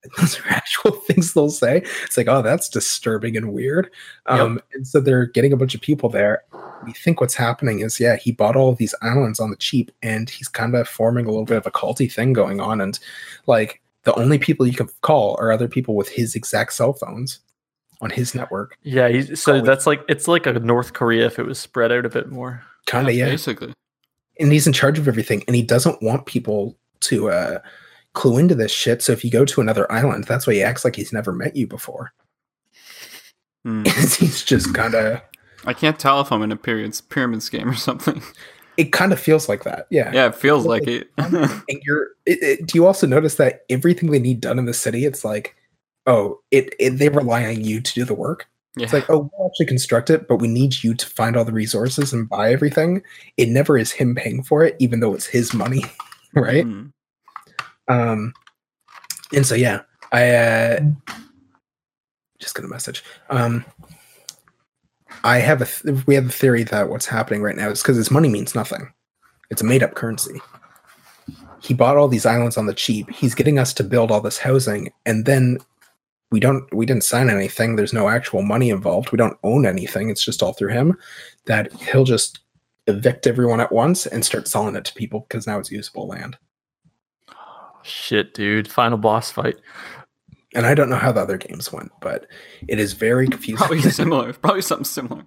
Speaker 3: And those are actual things they'll say. It's like, oh, that's disturbing and weird. Um, And so they're getting a bunch of people there. We think what's happening is, yeah, he bought all of these islands on the cheap and he's kind of forming a little bit of a culty thing going on. And like the only people you can call are other people with his exact cell phones on his network.
Speaker 2: Yeah. He's, so
Speaker 3: Colin-
Speaker 2: that's like it's like a North Korea if it was spread out a bit more.
Speaker 3: Kind of, yeah.
Speaker 4: Basically.
Speaker 3: and he's in charge of everything and he doesn't want people to uh clue into this shit so if you go to another island that's why he acts like he's never met you before
Speaker 4: Hmm.
Speaker 3: he's just kind of
Speaker 4: I can't tell if I'm in a pyramid pyramid scheme or something.
Speaker 3: it kind of feels like that yeah,
Speaker 4: Yeah, it feels like it.
Speaker 3: and you're it, it- do you also notice that everything they need done in the city it's like oh it, it they rely on you to do the work
Speaker 4: yeah.
Speaker 3: It's like, oh, we'll actually construct it, but we need you to find all the resources and buy everything. It never is him paying for it, even though it's his money, right?
Speaker 4: Hmm.
Speaker 3: Um, and so yeah, I uh, just got a message. Um, I have a th- we have a theory that what's happening right now is because his money means nothing; it's a made up currency. He bought all these islands on the cheap. He's getting us to build all this housing, and then we don't we didn't sign anything. There's no actual money involved. We don't own anything. It's just all through him. That he'll just evict everyone at once and start selling it to people because now it's usable land.
Speaker 2: Shit, dude. Final boss fight.
Speaker 3: and I don't know how the other games went, but it is very
Speaker 4: Probably
Speaker 3: confusing.
Speaker 4: similar. Probably something similar.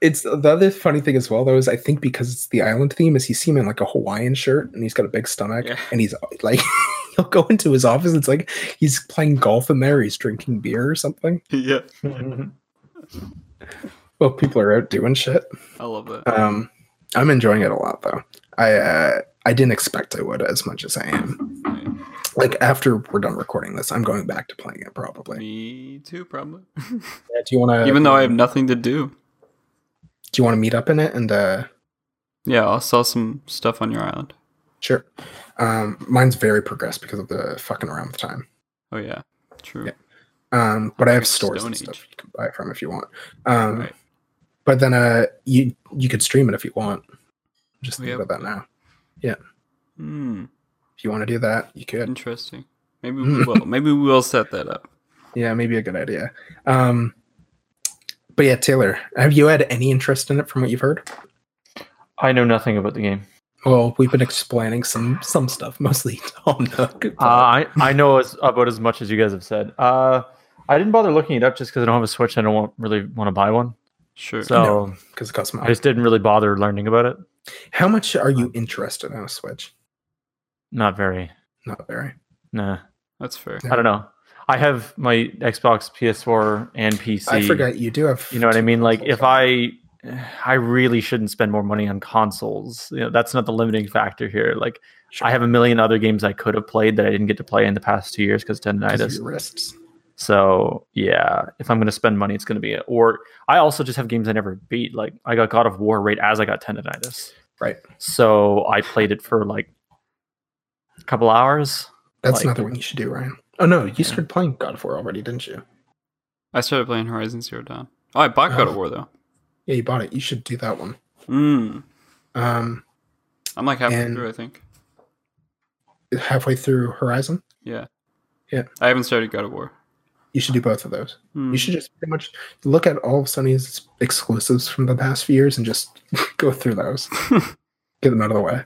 Speaker 3: it's the other funny thing as well, though, is I think because it's the island theme, is he's seeming like a Hawaiian shirt and he's got a big stomach,
Speaker 4: Yeah.
Speaker 3: and he's like, he'll go into his office. It's like he's playing golf in there, he's drinking beer or something.
Speaker 4: yeah.
Speaker 3: Well, people are out doing shit.
Speaker 4: I love that.
Speaker 3: Um, I'm enjoying it a lot, though. I uh, I didn't expect I would as much as I am.
Speaker 4: Yeah.
Speaker 3: Like after we're done recording this, I'm going back to playing it probably.
Speaker 4: Me too, probably.
Speaker 3: Yeah, do you want to?
Speaker 4: Even though I have nothing to do.
Speaker 3: do you want to meet up in it and? uh
Speaker 4: Yeah, I'll sell some stuff on your island.
Speaker 3: Sure. Um, mine's very progressed because of the fucking around with time.
Speaker 4: Oh yeah. True.
Speaker 3: Yeah. Um, but I have
Speaker 4: Like
Speaker 3: stores and
Speaker 4: Stone Age.
Speaker 3: stuff you can buy from if you want. Um,
Speaker 4: Right.
Speaker 3: But then uh, you you could stream it if you want. Just think
Speaker 4: Yeah.
Speaker 3: about that now.
Speaker 4: Hmm.
Speaker 3: If you want to do that, you
Speaker 4: Mm.
Speaker 3: could.
Speaker 4: Interesting. Maybe we will. Maybe we will set that up.
Speaker 3: Yeah, maybe a good idea. Um, But yeah, Taylor, have you had any interest in it from what you've heard?
Speaker 2: I know nothing about the game.
Speaker 3: Well, we've been explaining some some stuff, mostly Tom Nook.
Speaker 2: Uh, I I know as, about as much as you guys have said. Uh, I didn't bother looking it up just because I don't have a Switch. and I don't want, really want to buy one,
Speaker 4: Sure.
Speaker 2: so
Speaker 3: because it costs
Speaker 2: I
Speaker 3: money.
Speaker 2: just didn't really bother learning about it.
Speaker 3: How much are you interested in a Switch?
Speaker 2: Not very.
Speaker 3: Not very.
Speaker 2: Nah,
Speaker 4: That's fair.
Speaker 2: I don't know. I have my Xbox, PS4, and PC.
Speaker 3: I forgot you do have.
Speaker 2: You know what I
Speaker 3: two
Speaker 2: mean? Like if
Speaker 3: consoles.
Speaker 2: I I really shouldn't spend more money on consoles. You know, that's not the limiting factor here. Like
Speaker 3: Sure.
Speaker 2: I have a million other games I could have played that I didn't get to play in the past two years because
Speaker 3: Because of
Speaker 2: tendonitis.
Speaker 3: your wrists.
Speaker 2: So yeah, if I'm gonna spend money, it's gonna be or I also just have games I never beat. Like I got God of War right as I got tendonitis.
Speaker 3: Right.
Speaker 2: So I played it for like a couple hours.
Speaker 3: That's
Speaker 2: Like-
Speaker 3: another one you should do, Ryan. Oh no, you
Speaker 2: Yeah.
Speaker 3: started playing God of War already, didn't you?
Speaker 4: I started playing Horizon Zero Dawn. Oh, I bought God of War though.
Speaker 3: Yeah, you bought it. You should do that one.
Speaker 4: Mm.
Speaker 3: Um,
Speaker 4: I'm like halfway
Speaker 3: And-
Speaker 4: through, I think.
Speaker 3: halfway through Horizon,
Speaker 4: Yeah.
Speaker 3: Yeah.
Speaker 4: I haven't started God of War.
Speaker 3: you should do both of those.
Speaker 4: Mm.
Speaker 3: You should just pretty much look at all of Sony's exclusives from the past few years and just go through those, get them out of the way.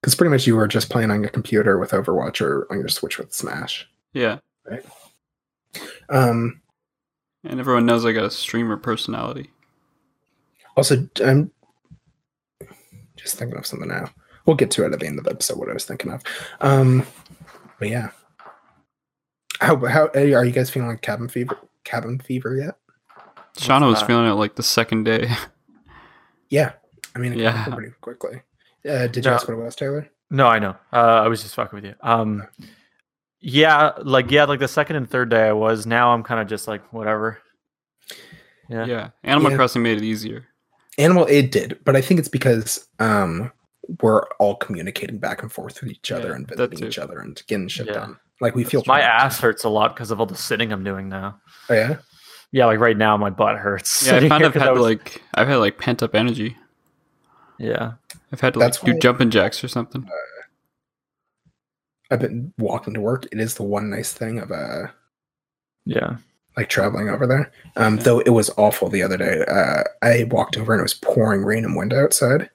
Speaker 3: Because pretty much you were just playing on your computer with Overwatch or on your Switch with Smash.
Speaker 4: yeah.
Speaker 3: Um,
Speaker 4: And everyone knows I got a streamer personality.
Speaker 3: Also, I'm just thinking of something now. We'll get to it at the end of the episode. What I was thinking of. Um, but yeah, how how are you guys feeling like cabin fever? Cabin fever yet?
Speaker 4: Shauna was
Speaker 2: that?
Speaker 4: feeling it like the second day.
Speaker 3: Yeah, I mean, it
Speaker 4: Yeah.
Speaker 3: yeah, pretty quickly. Uh, did you
Speaker 2: No.
Speaker 3: ask what it was, Taylor?
Speaker 2: No, I know. Uh, I was just fucking with you. Um, yeah, like yeah, like the second and third day I was. Now I'm kind of just like whatever. Yeah.
Speaker 4: Yeah. Animal
Speaker 3: Yeah.
Speaker 4: Crossing made it easier.
Speaker 3: Animal, it did, but I think it's because um we're all communicating back and forth with each other
Speaker 4: Yeah,
Speaker 3: and
Speaker 4: that
Speaker 3: visiting
Speaker 4: too.
Speaker 3: each other and getting shit
Speaker 2: Yeah.
Speaker 3: done. Like we feel
Speaker 2: My
Speaker 3: trapped.
Speaker 2: ass hurts a lot because of all the sitting I'm doing now.
Speaker 3: Oh, yeah,
Speaker 2: Yeah, like right now my butt hurts.
Speaker 4: Yeah, I
Speaker 2: sitting
Speaker 4: found
Speaker 2: here
Speaker 4: I've
Speaker 2: 'cause
Speaker 4: had
Speaker 2: I was-
Speaker 4: like I've had like pent up energy.
Speaker 2: yeah.
Speaker 4: I've had to like
Speaker 3: That's
Speaker 4: do
Speaker 3: why-
Speaker 4: jumping jacks or something.
Speaker 3: I've been walking to work. It is the one nice thing of uh
Speaker 2: Yeah.
Speaker 3: like traveling over there. Um,
Speaker 4: Yeah.
Speaker 3: Though it was awful the other day. Uh, I walked over and it was pouring rain and wind outside.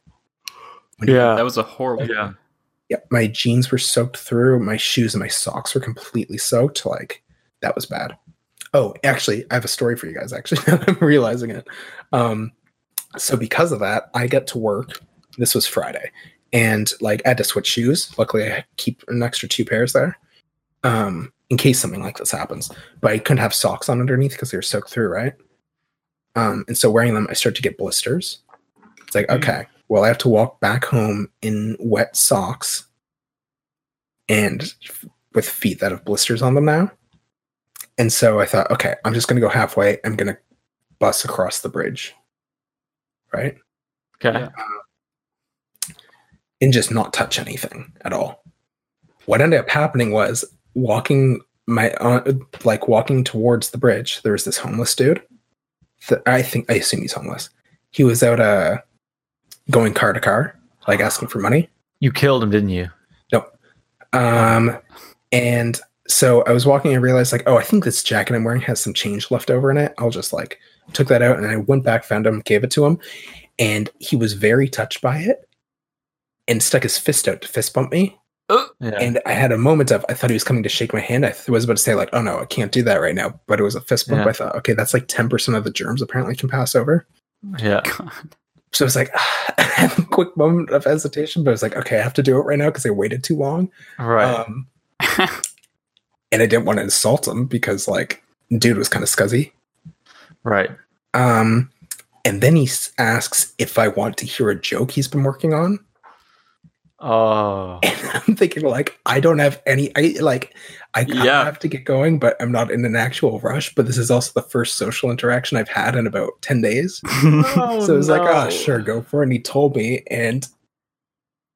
Speaker 4: That
Speaker 2: Yeah.
Speaker 4: was a horrible.
Speaker 2: Yeah.
Speaker 3: Yep, my jeans were soaked through. My shoes and my socks were completely soaked. Like that was bad. Oh, actually, I have a story for you guys. Actually, now that I'm realizing it. Um, so because of that, I got to work. This was Friday, and like I had to switch shoes. Luckily, I keep an extra two pairs there, um, in case something like this happens. But I couldn't have socks on underneath because they were soaked through, right? Um, and so wearing them, I start to get blisters. It's like
Speaker 4: Mm.
Speaker 3: okay, well, I have to walk back home in wet socks and f- with feet that have blisters on them now. And so I thought, okay, I'm just going to go halfway. I'm going to bus across the bridge, right?
Speaker 2: Okay.
Speaker 4: Yeah.
Speaker 3: And just not touch anything at all. What ended up happening was walking my uh, like walking towards the bridge. There was this homeless dude. That I think I assume he's homeless. He was out uh going car to car, like asking for money.
Speaker 2: You killed him, didn't you?
Speaker 3: Um, and so I was walking and realized like, oh, I think this jacket I'm wearing has some change left over in it. I'll just like took that out and I went back, found him, gave it to him, and he was very touched by it and stuck his fist out to fist bump me.
Speaker 2: Yeah.
Speaker 3: And I had a moment of I thought he was coming to shake my hand. I th- was about to say like, oh no, I can't do that right now. But it was a fist bump.
Speaker 2: Yeah.
Speaker 3: I thought, okay, that's like ten percent of the germs apparently can pass over.
Speaker 2: yeah.
Speaker 4: God.
Speaker 3: So I was like, I had a quick moment of hesitation, but I was like, okay, I have to do it right now because I waited too long.
Speaker 2: Right.
Speaker 3: Um, and I didn't want to insult him because like dude was kind of scuzzy.
Speaker 2: right.
Speaker 3: Um, and then he s- asks if I want to hear a joke he's been working on,
Speaker 2: Oh.
Speaker 3: and I'm thinking like I don't have any. I like I kinda
Speaker 4: Yeah.
Speaker 3: have to get going, but I'm not in an actual rush. But this is also the first social interaction I've had in about ten days, so I was like, oh sure, go for it. And he told me, and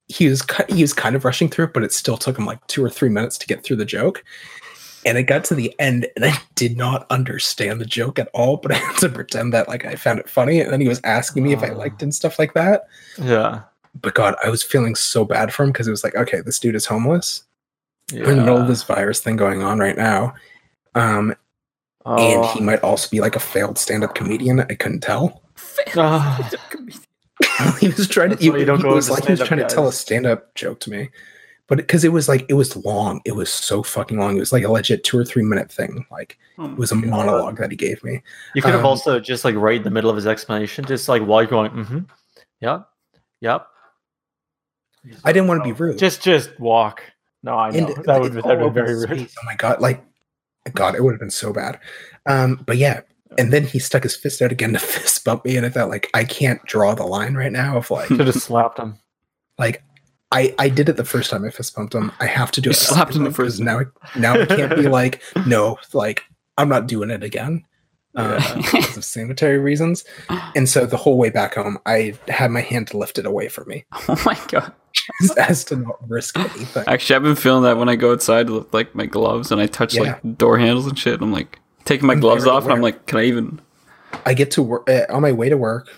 Speaker 3: he was ki- he was kind of rushing through it, but it still took him like two or three minutes to get through the joke. And it got to the end, and I did not understand the joke at all. But I had to pretend that like I found it funny. And then he was asking me if I
Speaker 2: Ah.
Speaker 3: liked it and stuff like that.
Speaker 2: Yeah.
Speaker 3: But God, I was feeling so bad for him because it was like, okay, this dude is homeless.
Speaker 2: yeah.
Speaker 3: We're in the middle of this virus thing going on right now. Um, and
Speaker 2: Oh.
Speaker 3: he might also be like a failed stand-up comedian. I couldn't tell.
Speaker 2: Ah,
Speaker 3: he was trying to.
Speaker 2: That's why
Speaker 3: he-
Speaker 2: you don't
Speaker 3: he
Speaker 2: go
Speaker 3: was
Speaker 2: into
Speaker 3: like he was
Speaker 2: stand-up,
Speaker 3: trying to tell a
Speaker 2: guys.
Speaker 3: stand-up joke to me, but because it was like it was long. It was so fucking long. It was like a legit two or three minute thing. Like
Speaker 2: Hmm.
Speaker 3: it was a monologue that he gave me.
Speaker 2: you could have
Speaker 3: Um,
Speaker 2: also just like right in the middle of his explanation, just like while you're going, mm-hmm, yep, yep.
Speaker 3: I didn't want to be rude.
Speaker 2: Oh, Just, just walk. No, I know
Speaker 3: And
Speaker 2: that would
Speaker 3: it's
Speaker 2: that
Speaker 3: all
Speaker 2: would be
Speaker 3: open
Speaker 2: very rude.
Speaker 3: space. Oh my god! Like, God, it would have been so bad. Um, but yeah, and then he stuck his fist out again to fist bump me, and I thought like I can't draw the line right now. Of like,
Speaker 2: Should have slapped him.
Speaker 3: like I I did it the first time I fist bumped him. I have to do
Speaker 4: You
Speaker 3: it. the
Speaker 4: slapped
Speaker 3: second
Speaker 4: him the
Speaker 3: time, 'cause
Speaker 4: first
Speaker 3: now. it- Now it can't be like no, like I'm not doing it again. Uh, because of sanitary reasons, and so the whole way back home, I had my hand lifted away from me,
Speaker 4: oh my god.
Speaker 3: just as to not risk anything.
Speaker 4: Actually, I've been feeling that when I go outside with like my gloves and I touch like door handles and shit. I'm like taking my
Speaker 3: I'm
Speaker 4: gloves
Speaker 3: very
Speaker 4: off and I'm
Speaker 3: aware.
Speaker 4: like, can I even?
Speaker 3: I get to work uh, on my way to work.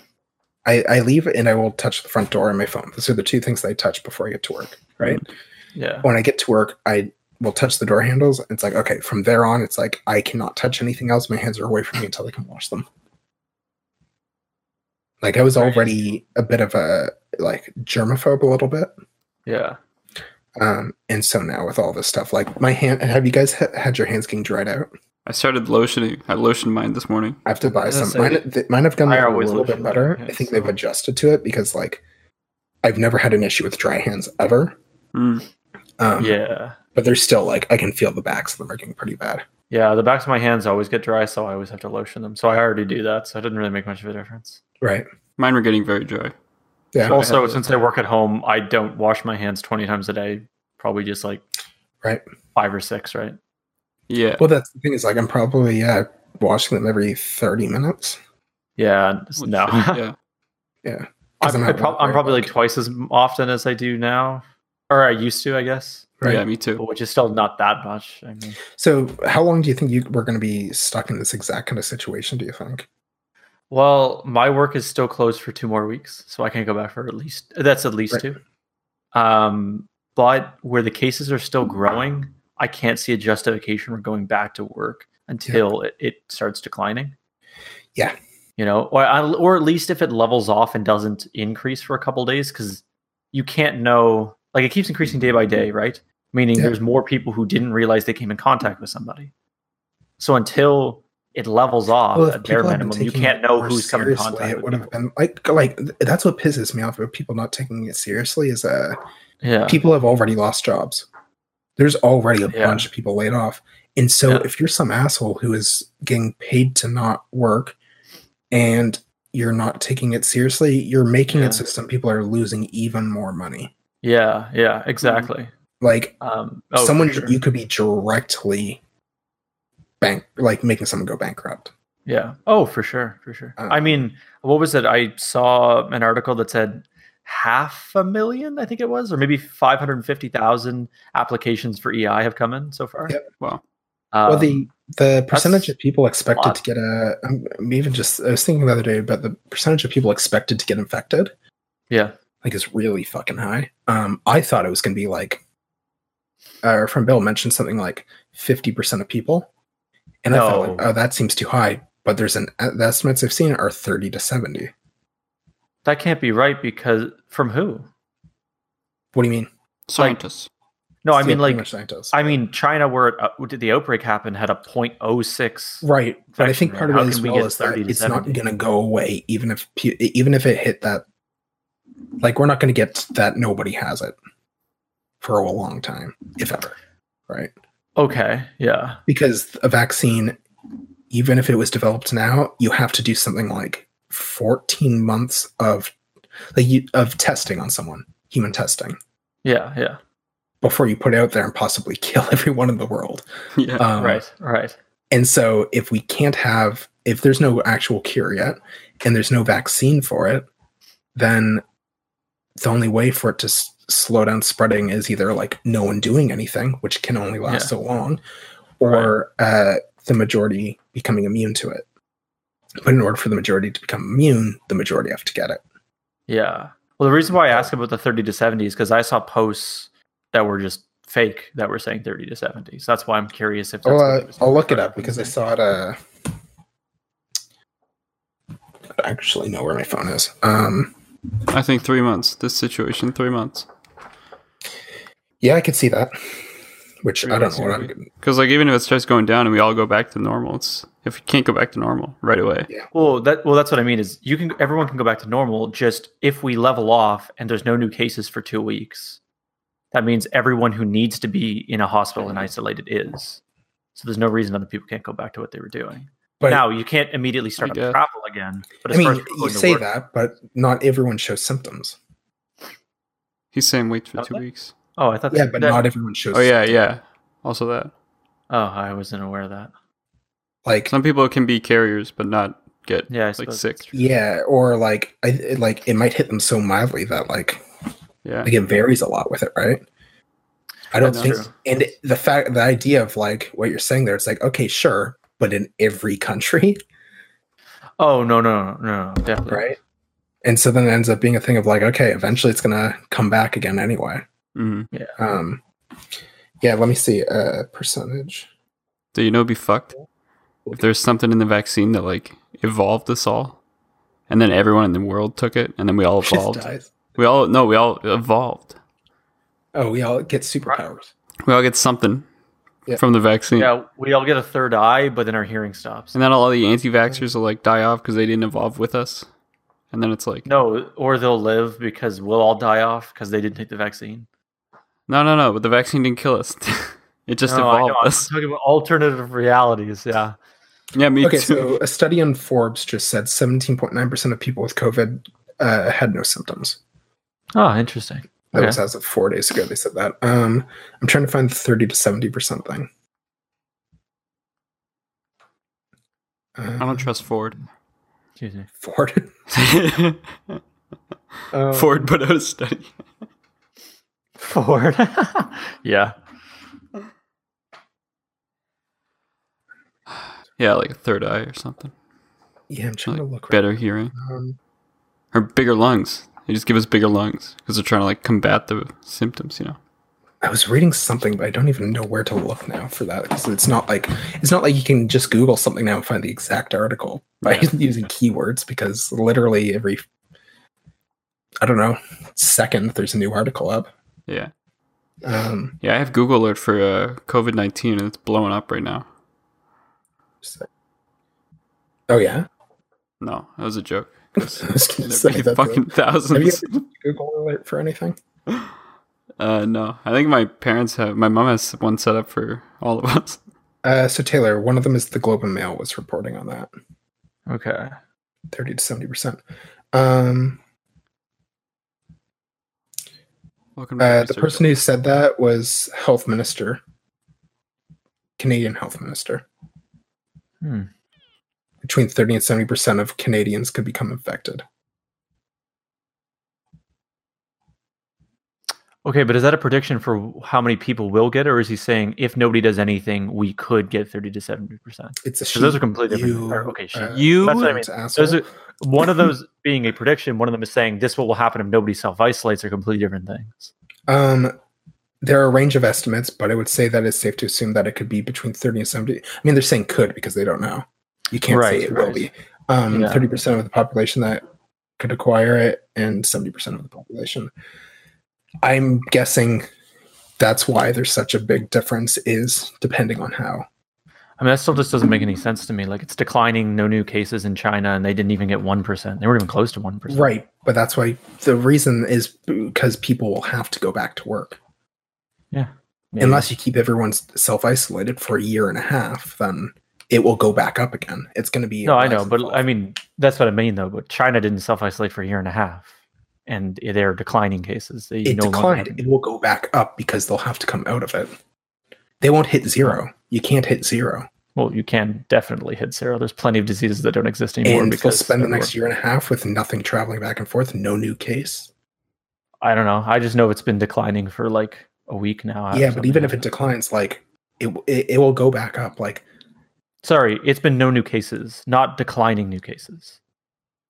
Speaker 3: I, I leave and I will touch the front door and my phone. Those are the two things that I touch before I get to work. Right.
Speaker 2: Yeah.
Speaker 3: When I get to work, I will touch the door handles. It's like, okay, from there on, it's like I cannot touch anything else. My hands are away from me until I can wash them. Like I was
Speaker 2: Very
Speaker 3: already a bit of a like germaphobe a little bit.
Speaker 2: Yeah.
Speaker 3: Um, and so now with all this stuff, like my hand, have you guys ha- had your hands getting dried out?
Speaker 4: I started lotioning. I lotioned mine this morning.
Speaker 3: I have to buy
Speaker 2: was
Speaker 3: some.
Speaker 2: gonna say,
Speaker 3: mine, th- mine have gone
Speaker 2: I
Speaker 3: a
Speaker 2: always
Speaker 3: little
Speaker 2: lotion
Speaker 3: bit
Speaker 2: my
Speaker 3: better. I
Speaker 2: hands,
Speaker 3: think they've
Speaker 2: so-
Speaker 3: adjusted to it because like I've never had an issue with dry hands ever.
Speaker 4: Mm.
Speaker 3: Um,
Speaker 2: Yeah.
Speaker 3: but they're still like I can feel the backs of them are getting pretty bad.
Speaker 2: Yeah. The backs of my hands always get dry, so I always have to lotion them. So I already do that, so it didn't really make much of a difference.
Speaker 3: Right.
Speaker 4: Mine were getting very dry.
Speaker 3: Yeah.
Speaker 4: Well-
Speaker 2: also,
Speaker 4: have to-
Speaker 2: since I work at home, I don't wash my hands twenty times a day. Probably just like
Speaker 3: Right.
Speaker 2: five or six, right?
Speaker 4: Yeah.
Speaker 3: Well, that's the thing is like I'm probably yeah washing them every thirty minutes.
Speaker 2: Yeah. s-
Speaker 4: Holy
Speaker 2: No.
Speaker 4: shit, yeah.
Speaker 3: Yeah. 'Cause
Speaker 2: I'm,
Speaker 3: at
Speaker 2: I prob-
Speaker 3: work
Speaker 2: I'm
Speaker 3: right
Speaker 2: probably like
Speaker 3: now.
Speaker 2: twice as often as I do now, or I used to, I guess,
Speaker 3: Right.
Speaker 4: Yeah. Me too.
Speaker 2: but which is still not that much. I mean,
Speaker 3: So how long do you think you we're going to be stuck in this exact kind of situation? Do you think?
Speaker 2: well, my work is still closed for two more weeks, so I can't go back for at least that's at least
Speaker 3: Right.
Speaker 2: two. Um, but where the cases are still growing, I can't see a justification for going back to work until it, it starts declining.
Speaker 3: Yeah.
Speaker 2: You know, or or at least if it levels off and doesn't increase for a couple days, because you can't know. Like it keeps increasing day by day, right? Meaning
Speaker 3: Yeah.
Speaker 2: there's more people who didn't realize they came in contact with somebody. So until it levels off
Speaker 3: Well, if
Speaker 2: Uh, at bare
Speaker 3: people had been
Speaker 2: minimum, you
Speaker 3: taking
Speaker 2: can't
Speaker 3: it
Speaker 2: know
Speaker 3: more
Speaker 2: who's come in
Speaker 3: seriously,
Speaker 2: contact.
Speaker 3: It
Speaker 2: with
Speaker 3: would have
Speaker 2: people.
Speaker 3: been like like th- that's what pisses me off about people not taking it seriously is uh
Speaker 2: yeah.
Speaker 3: people have already lost jobs. There's already a
Speaker 2: Yeah.
Speaker 3: bunch of people laid off. And so
Speaker 2: Yeah.
Speaker 3: if you're some asshole who is getting paid to not work and you're not taking it seriously, you're making
Speaker 2: Yeah.
Speaker 3: it so some people are losing even more money.
Speaker 2: yeah, yeah, exactly.
Speaker 3: Like
Speaker 2: Um, oh, for
Speaker 3: Mm-hmm. someone
Speaker 2: sure.
Speaker 3: you could be directly bank like making someone go bankrupt.
Speaker 2: Yeah. Oh, for sure, for sure. I
Speaker 3: Um,
Speaker 2: mean, what was it? I saw an article that said half a million, I think it was, or maybe five hundred fifty thousand applications for EI have come in so far.
Speaker 3: Yep.
Speaker 4: Wow.
Speaker 3: well,
Speaker 2: Um,
Speaker 3: the the percentage
Speaker 2: that's
Speaker 3: of people expected
Speaker 2: lot.
Speaker 3: to get a I'm, I'm even just I was thinking the other day about the percentage of people expected to get infected
Speaker 2: yeah,
Speaker 3: like is really fucking high. Um, I thought it was gonna be like, uh, from Bill mentioned something like fifty percent of people, and I thought like,
Speaker 2: No.
Speaker 3: oh, that seems too high. But there's an uh, the estimates I've seen are thirty to seventy.
Speaker 2: that can't be right because from who?
Speaker 3: What do you mean?
Speaker 4: Scientists.
Speaker 2: No, I
Speaker 3: Yeah,
Speaker 2: mean
Speaker 3: pretty
Speaker 2: like
Speaker 3: much scientists.
Speaker 2: I mean China, where it, uh, where did the outbreak happen, had a 0.06.
Speaker 3: right, but I think
Speaker 2: infection
Speaker 3: part
Speaker 2: rate.
Speaker 3: of
Speaker 2: How
Speaker 3: it as
Speaker 2: can we
Speaker 3: well
Speaker 2: get
Speaker 3: is that
Speaker 2: 30 to
Speaker 3: it's not
Speaker 2: 70?
Speaker 3: gonna go away, even if pu- even if it hit that, like we're not gonna get that nobody has it for a long time, if ever, right?
Speaker 2: Okay, yeah,
Speaker 3: because a vaccine even if it was developed now you have to do something like 14 months of like you, of testing on someone human testing
Speaker 2: yeah, yeah.
Speaker 3: before you put it out there and possibly kill everyone in the world
Speaker 4: Yeah.
Speaker 3: um,
Speaker 2: right, right.
Speaker 3: and so if we can't have if there's no actual cure yet and there's no vaccine for it then the only way for it to s- slow down spreading is either like no one doing anything which can only last
Speaker 2: Yeah.
Speaker 3: so long or uh, the majority becoming immune to it but in order for the majority to become immune the majority have to get it
Speaker 2: Yeah. Well, the reason why I ask about the 30 to 70 is because I saw posts that were just fake that we're saying 30 to 70. So that's why I'm curious if that's
Speaker 3: I'll,
Speaker 2: what
Speaker 3: uh,
Speaker 2: it was
Speaker 3: I'll look it up
Speaker 2: originally.
Speaker 3: because I saw it. Uh, I actually know where my phone is. Um,
Speaker 4: I think three months. This situation, three months.
Speaker 3: yeah, I could see that. Which
Speaker 4: Three
Speaker 3: I don't
Speaker 4: months,
Speaker 3: know what I'm.
Speaker 4: maybe. Because like even if it starts going down and we all go back to normal, it's if we can't go back to normal right away.
Speaker 2: Well, that well, that's what I mean is you can everyone can go back to normal. Just if we level off and there's no new cases for two weeks, that means everyone who needs to be in a hospital and isolated is. So there's no reason other people can't go back to what they were doing.
Speaker 3: But
Speaker 2: now you can't immediately start
Speaker 4: Yeah.
Speaker 2: to travel again. But
Speaker 3: I
Speaker 2: as far as
Speaker 3: mean,
Speaker 2: people
Speaker 3: you
Speaker 2: going to
Speaker 3: say
Speaker 2: work-
Speaker 3: that, but not everyone shows symptoms.
Speaker 4: He's saying wait for
Speaker 2: Don't
Speaker 4: two
Speaker 2: they?
Speaker 4: weeks.
Speaker 2: Oh, I thought.
Speaker 3: Yeah,
Speaker 2: that-
Speaker 3: but
Speaker 2: that-
Speaker 3: not everyone shows.
Speaker 4: Oh yeah, yeah. Also that
Speaker 2: Oh, I wasn't aware of that.
Speaker 3: like
Speaker 4: some people can be carriers but not get
Speaker 2: Yeah, I
Speaker 4: like
Speaker 2: suppose
Speaker 4: sick.
Speaker 2: that's true.
Speaker 3: yeah, or like I it, like it might hit them so mildly that like
Speaker 4: Yeah.
Speaker 3: like it varies a lot with it, right? I don't
Speaker 4: That's
Speaker 3: think,
Speaker 4: true.
Speaker 3: and it- the fact, the idea of like what you're saying there, it's like okay, sure, but in every country,
Speaker 2: Oh no no no no no, definitely
Speaker 3: right? And so then it ends up being a thing of like, okay, eventually it's gonna come back again anyway.
Speaker 4: hmm
Speaker 3: Um, yeah, let me see uh, percentage.
Speaker 4: Do you know it'd be fucked? If there's something in the vaccine that like evolved us all and then everyone in the world took it and then we all
Speaker 3: Just
Speaker 4: evolved.
Speaker 3: dies.
Speaker 4: We all no, we all evolved.
Speaker 3: Oh, we all get superpowers.
Speaker 4: We all get something
Speaker 3: Yeah.
Speaker 4: from the vaccine.
Speaker 2: Yeah, we all get a third eye, but then our hearing stops.
Speaker 4: And then all the anti-vaxxers will like die off because they didn't evolve with us. And then it's like, no,
Speaker 2: No, or they'll live because we'll all die off because they didn't take the vaccine.
Speaker 4: no, no, but the vaccine didn't kill us. it just
Speaker 2: No, I know,
Speaker 4: evolved
Speaker 2: I'm
Speaker 4: us.
Speaker 2: talking about alternative realities. Yeah.
Speaker 4: Yeah, me
Speaker 3: Okay, so
Speaker 4: too.
Speaker 3: a study on Forbes just said 17.9% of people with COVID uh, had no symptoms.
Speaker 2: Oh, interesting.
Speaker 3: That
Speaker 2: Okay.
Speaker 3: was as of four days ago. They said that. Um, I'm trying to find the 30 to 70% thing.
Speaker 4: I don't trust Ford.
Speaker 2: Excuse me.
Speaker 3: Um, Ford. Um,
Speaker 4: Ford put out a study.
Speaker 2: Ford. yeah.
Speaker 4: Yeah, like a third eye or something.
Speaker 3: Yeah, I'm trying to look. Right.
Speaker 4: Better hearing
Speaker 3: Um,
Speaker 4: or bigger lungs. They just give us bigger lungs because they're trying to like combat the symptoms. You know,
Speaker 3: I was reading something, but I don't even know where to look now for that because it's not like it's not like you can just Google something now and find the exact article by
Speaker 4: Yeah.
Speaker 3: using keywords because literally every I don't know second there's a new article up.
Speaker 4: yeah,
Speaker 3: Um,
Speaker 4: yeah. I have Google Alert for uh, COVID nineteen and it's blowing up right now.
Speaker 3: So- Oh yeah,
Speaker 4: No, that was a joke.
Speaker 3: I was gonna
Speaker 4: There'd
Speaker 3: say,
Speaker 4: be
Speaker 3: that's
Speaker 4: fucking
Speaker 3: a- have you
Speaker 4: thousands.
Speaker 3: ever used Google Alert for anything?
Speaker 4: Uh, no, I think my parents have. My mom has one set up for all of us.
Speaker 3: Uh, so Taylor, one of them is the Globe and Mail was reporting on that
Speaker 2: Okay.
Speaker 3: thirty to seventy percent. Um,
Speaker 4: Welcome
Speaker 3: uh, the
Speaker 4: research.
Speaker 3: person who said that was Health Minister, Canadian Health Minister.
Speaker 2: Hmm.
Speaker 3: Between thirty and seventy percent of Canadians could become infected.
Speaker 2: Okay, but is that a prediction for how many people will get, or is he saying if nobody does anything, we could get thirty to seventy percent?
Speaker 3: It's a
Speaker 2: Because those
Speaker 3: she,
Speaker 2: are completely different.
Speaker 3: you,
Speaker 2: or, okay, she,
Speaker 3: uh,
Speaker 4: you.
Speaker 2: That's what I mean.
Speaker 3: asshole.
Speaker 2: Those are, one of those being a prediction, one of them is saying this what will happen if nobody self isolates are completely different things.
Speaker 3: Um, there are a range of estimates, but I would say that it's safe to assume that it could be between 30 and 70. I mean, they're saying could because they don't know. You can't
Speaker 2: Right,
Speaker 3: say it will
Speaker 2: right.
Speaker 3: be. Um,
Speaker 2: Yeah.
Speaker 3: 30% of the population that could acquire it and 70% of the population. I'm guessing that's why there's such a big difference is depending on how.
Speaker 2: I mean, that still just doesn't make any sense to me. Like, it's declining, no new cases in China, and they didn't even get 1%. They weren't even close to 1%.
Speaker 3: Right. But that's why the reason is because people will have to go back to work.
Speaker 2: Maybe.
Speaker 3: unless you keep everyone self isolated for a year and a half, then it will go back up again. It's going to be a
Speaker 2: No, I know,
Speaker 3: rise
Speaker 2: but
Speaker 3: and fall.
Speaker 2: I mean, that's what I mean, though. But China didn't self isolate for a year and a half, and they're declining cases. They
Speaker 3: it
Speaker 2: no longer have-
Speaker 3: declined. It will go back up because they'll have to come out of it. They won't hit zero. You can't hit zero,
Speaker 2: well, you can definitely hit zero. There's plenty of diseases that don't exist anymore.
Speaker 3: and they'll
Speaker 2: because
Speaker 3: spend the
Speaker 2: everyone-
Speaker 3: next year and a half with nothing traveling back and forth, no new case.
Speaker 2: I don't know. I just know it's been declining for like a week now. or
Speaker 3: yeah, but
Speaker 2: something
Speaker 3: even
Speaker 2: like
Speaker 3: if it
Speaker 2: that.
Speaker 3: declines, like it, it, it will go back up. Like
Speaker 2: sorry, it's been no new cases, not declining new cases.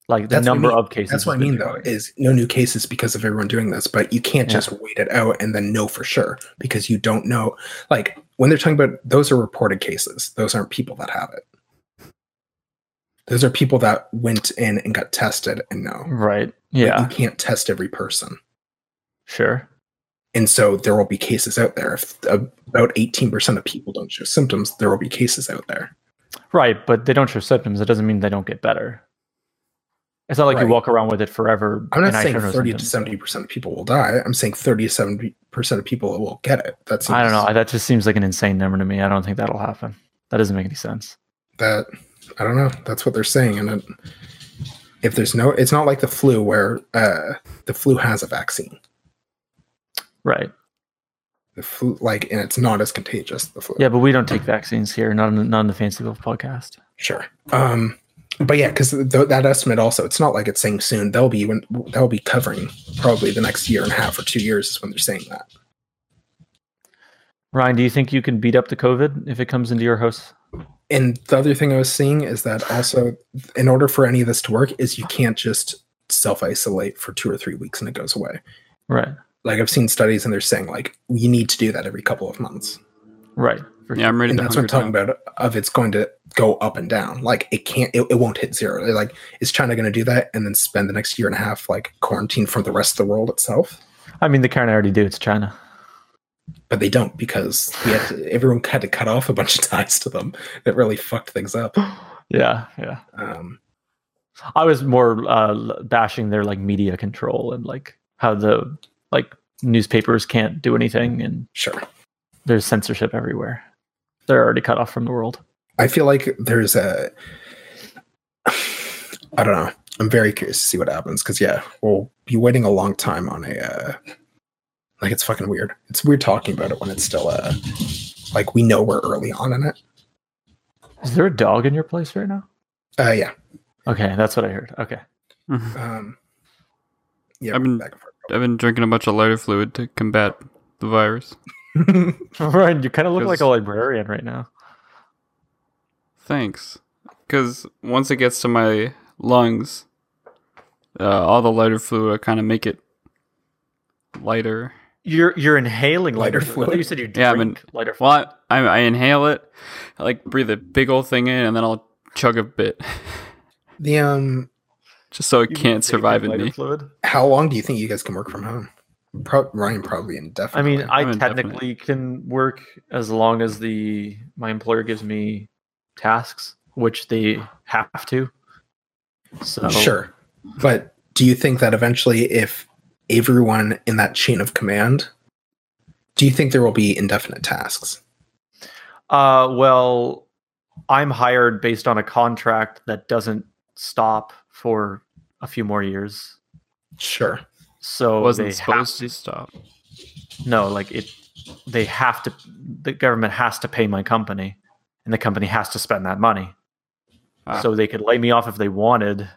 Speaker 2: like the
Speaker 3: That's what I
Speaker 2: number
Speaker 3: mean.
Speaker 2: of cases.
Speaker 3: That's what I
Speaker 2: has been
Speaker 3: mean, though,
Speaker 2: dropping.
Speaker 3: is no new cases because of everyone doing this, but you can't
Speaker 2: Yeah.
Speaker 3: just wait it out and then know for sure because you don't know. Like when they're talking about those are reported cases, those aren't people that have it. Those are people that went in and got tested and know.
Speaker 2: right?
Speaker 3: But
Speaker 2: Yeah,
Speaker 3: you can't test every person.
Speaker 2: sure.
Speaker 3: And so there will be cases out there. If about 18% of people don't show symptoms, there will be cases out there.
Speaker 2: Right, but they don't show symptoms. That doesn't mean they don't get better. It's not like you
Speaker 3: Right.
Speaker 2: walk around with it forever.
Speaker 3: I'm not
Speaker 2: and I
Speaker 3: saying
Speaker 2: show no
Speaker 3: 30 to
Speaker 2: symptoms.
Speaker 3: 70% of people will die. I'm saying 30 to 70% of people will get it. That's
Speaker 2: I don't know. That just seems like an insane number to me. I don't think that'll happen. That doesn't make any sense.
Speaker 3: that I don't know. That's what they're saying, and it, if there's no, it's not like the flu where uh, the flu has a vaccine.
Speaker 2: Right.
Speaker 3: The flu, like, and it's not as contagious. The flu,
Speaker 2: Yeah, but we don't take vaccines here. Not on, not on the Fancy Little Podcast.
Speaker 3: sure. Um, but yeah, because th- that estimate also, it's not like it's saying soon. They'll be when they'll be covering probably the next year and a half or two years is when they're saying that.
Speaker 2: Ryan, do you think you can beat up the COVID if it comes into your house?
Speaker 3: And the other thing I was seeing is that also, in order for any of this to work, is you can't just self isolate for two or three weeks and it goes away.
Speaker 2: Right.
Speaker 3: Like I've seen studies and they're saying like you need to do that every couple of months.
Speaker 2: Right. For
Speaker 4: Yeah, I'm ready
Speaker 3: and
Speaker 4: to
Speaker 3: that's what I'm
Speaker 4: hunger
Speaker 3: talking
Speaker 4: now.
Speaker 3: about. Of it's going to go up and down. Like it can't. It, it won't hit zero. Like is China going to do that and then spend the next year and a half like quarantined from the rest of the world itself?
Speaker 2: sure. I mean, they kind of already do. It's China.
Speaker 3: But they don't because we had to, everyone had to cut off a bunch of ties to them that really fucked things up.
Speaker 2: Yeah. Yeah.
Speaker 3: Um,
Speaker 2: I was more uh, l- bashing their like media control and like how the like newspapers can't do anything and
Speaker 3: sure.
Speaker 2: there's censorship everywhere. They're already cut off from the world.
Speaker 3: I feel like there's a. I don't know. I'm very curious to see what happens because yeah, we'll be waiting a long time on a. Uh, like it's fucking weird. It's weird talking about it when it's still uh, like we know we're early on in it.
Speaker 2: Is there a dog in your place right now?
Speaker 3: Uh, yeah.
Speaker 2: Okay, that's what I heard. Okay.
Speaker 3: Um, yeah.
Speaker 4: I've been-
Speaker 3: back and
Speaker 4: I've been drinking a bunch of lighter fluid to combat the virus.
Speaker 3: forth.
Speaker 2: Ryan, you kind of look like a
Speaker 4: Because-
Speaker 2: librarian right now.
Speaker 4: Thanks. Because once it gets to my lungs, uh, all the lighter fluid will kind of make it lighter.
Speaker 2: You're you're inhaling
Speaker 3: Lighter
Speaker 2: lighter, fluid. I thought
Speaker 3: fluid.
Speaker 2: You said you drink
Speaker 4: Yeah, I
Speaker 2: lighter fluid.
Speaker 4: Well, I, I, I inhale it, I like breathe a big old thing in, and then I'll chug a bit
Speaker 3: the um,
Speaker 4: just so it
Speaker 2: You
Speaker 4: can't
Speaker 2: take
Speaker 4: survive
Speaker 2: lighter
Speaker 4: in me.
Speaker 2: Fluid.
Speaker 3: how long do you think you guys can work from home? Pro- Ryan probably
Speaker 2: I
Speaker 3: indefinitely.
Speaker 2: mean, I
Speaker 4: I'm indefinite.
Speaker 2: technically can work as long as the my employer gives me tasks, which they have to. So
Speaker 3: sure, but do you think that eventually, if everyone in that chain of command, do you think there will be indefinite tasks?
Speaker 2: Uh, well, I'm hired based on a contract that doesn't stop for a few more years.
Speaker 3: Sure.
Speaker 2: So
Speaker 4: Wasn't
Speaker 2: they
Speaker 4: supposed
Speaker 2: have
Speaker 4: to stop.
Speaker 2: to. No, like it, they have to. The government has to pay my company, and the company has to spend that money.
Speaker 4: Ah.
Speaker 2: So they could lay me off if they wanted,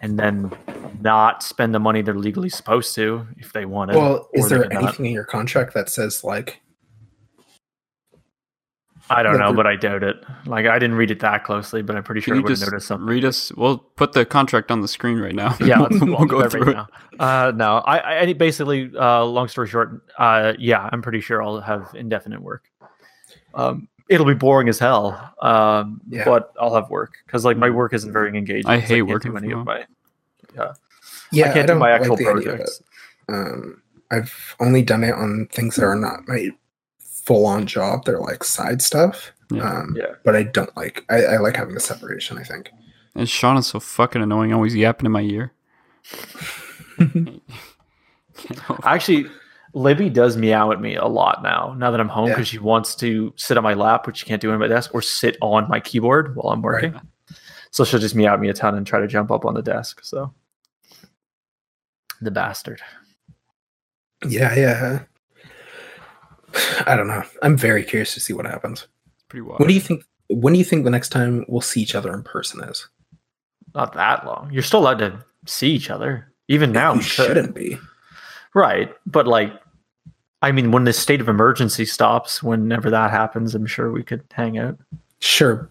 Speaker 2: and then not spend the money they're legally supposed to if they wanted.
Speaker 3: Well, is
Speaker 2: or they
Speaker 3: there
Speaker 2: could not.
Speaker 3: anything in your contract that says like
Speaker 2: I don't
Speaker 3: that
Speaker 2: know,
Speaker 3: they're-
Speaker 2: but I doubt it. Like I didn't read it that closely, but I'm pretty sure I
Speaker 4: Can you
Speaker 2: would have
Speaker 4: just
Speaker 2: noticed something.
Speaker 4: read us? We'll put the contract on the screen right now.
Speaker 2: yeah, let's
Speaker 4: we'll
Speaker 2: walk
Speaker 4: go
Speaker 2: over
Speaker 4: through it.
Speaker 2: now. Uh, no, I, I any- basically, uh, long story short, uh, yeah, I'm pretty sure I'll have indefinite work. Um, it'll be boring as hell, um,
Speaker 3: Yeah. Mm.
Speaker 2: but I'll have work because like my work isn't very engaging.
Speaker 4: I
Speaker 2: 'cause
Speaker 4: hate
Speaker 2: can't do
Speaker 4: working
Speaker 2: any
Speaker 4: from
Speaker 2: of my. Yeah,
Speaker 3: yeah,
Speaker 2: I can't do
Speaker 3: don't
Speaker 2: my
Speaker 3: like
Speaker 2: actual
Speaker 3: the idea of it.
Speaker 2: projects.
Speaker 3: Um, I've only done it on things that are not my full-on job. They're like side stuff.
Speaker 4: Yeah.
Speaker 3: Um,
Speaker 2: Yeah.
Speaker 3: But I don't like. I, I like having a separation. I think.
Speaker 4: And Sean is so fucking annoying, always yapping in my ear. Can't help it.
Speaker 2: Actually, Libby does meow at me a lot now. Now that I'm home,
Speaker 3: Yeah.
Speaker 2: because she wants to sit on my lap, which she can't do on my desk, or sit on my keyboard while I'm working. So she'll just meow at me a ton and try to jump up on the desk. So the bastard.
Speaker 3: Yeah, yeah. I don't know. I'm very curious to see what happens.
Speaker 4: It's pretty wild.
Speaker 3: What do you think? When do you think the next time we'll see each other in person is?
Speaker 2: Not that long. You're still allowed to see each other, even now.
Speaker 3: we
Speaker 2: we could.
Speaker 3: shouldn't be.
Speaker 2: Right, but like, I mean, when the state of emergency stops, whenever that happens, I'm sure we could hang out.
Speaker 3: Sure,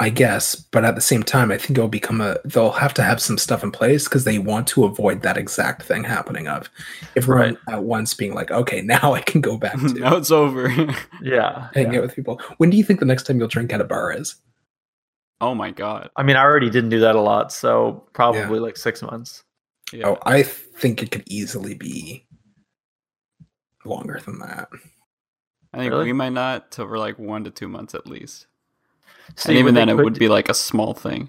Speaker 3: I guess, but at the same time, I think it'll become a they'll have to have some stuff in place because they want to avoid that exact thing happening of everyone at once being like, okay, now I can go back to
Speaker 4: now it's over.
Speaker 2: Yeah.
Speaker 3: hang
Speaker 2: yeah.
Speaker 3: out with people. When do you think the next time you'll drink at a bar is?
Speaker 4: oh my god.
Speaker 2: I mean, I already didn't do that a lot, so probably like six months.
Speaker 4: Yeah.
Speaker 3: Oh, I think it could easily be longer than that.
Speaker 4: I think
Speaker 2: really?
Speaker 4: we might not till we're like one to two months at least.
Speaker 2: See,
Speaker 4: and
Speaker 2: what
Speaker 4: even
Speaker 2: they
Speaker 4: then, it
Speaker 2: could
Speaker 4: would
Speaker 2: do-
Speaker 4: be like a small thing.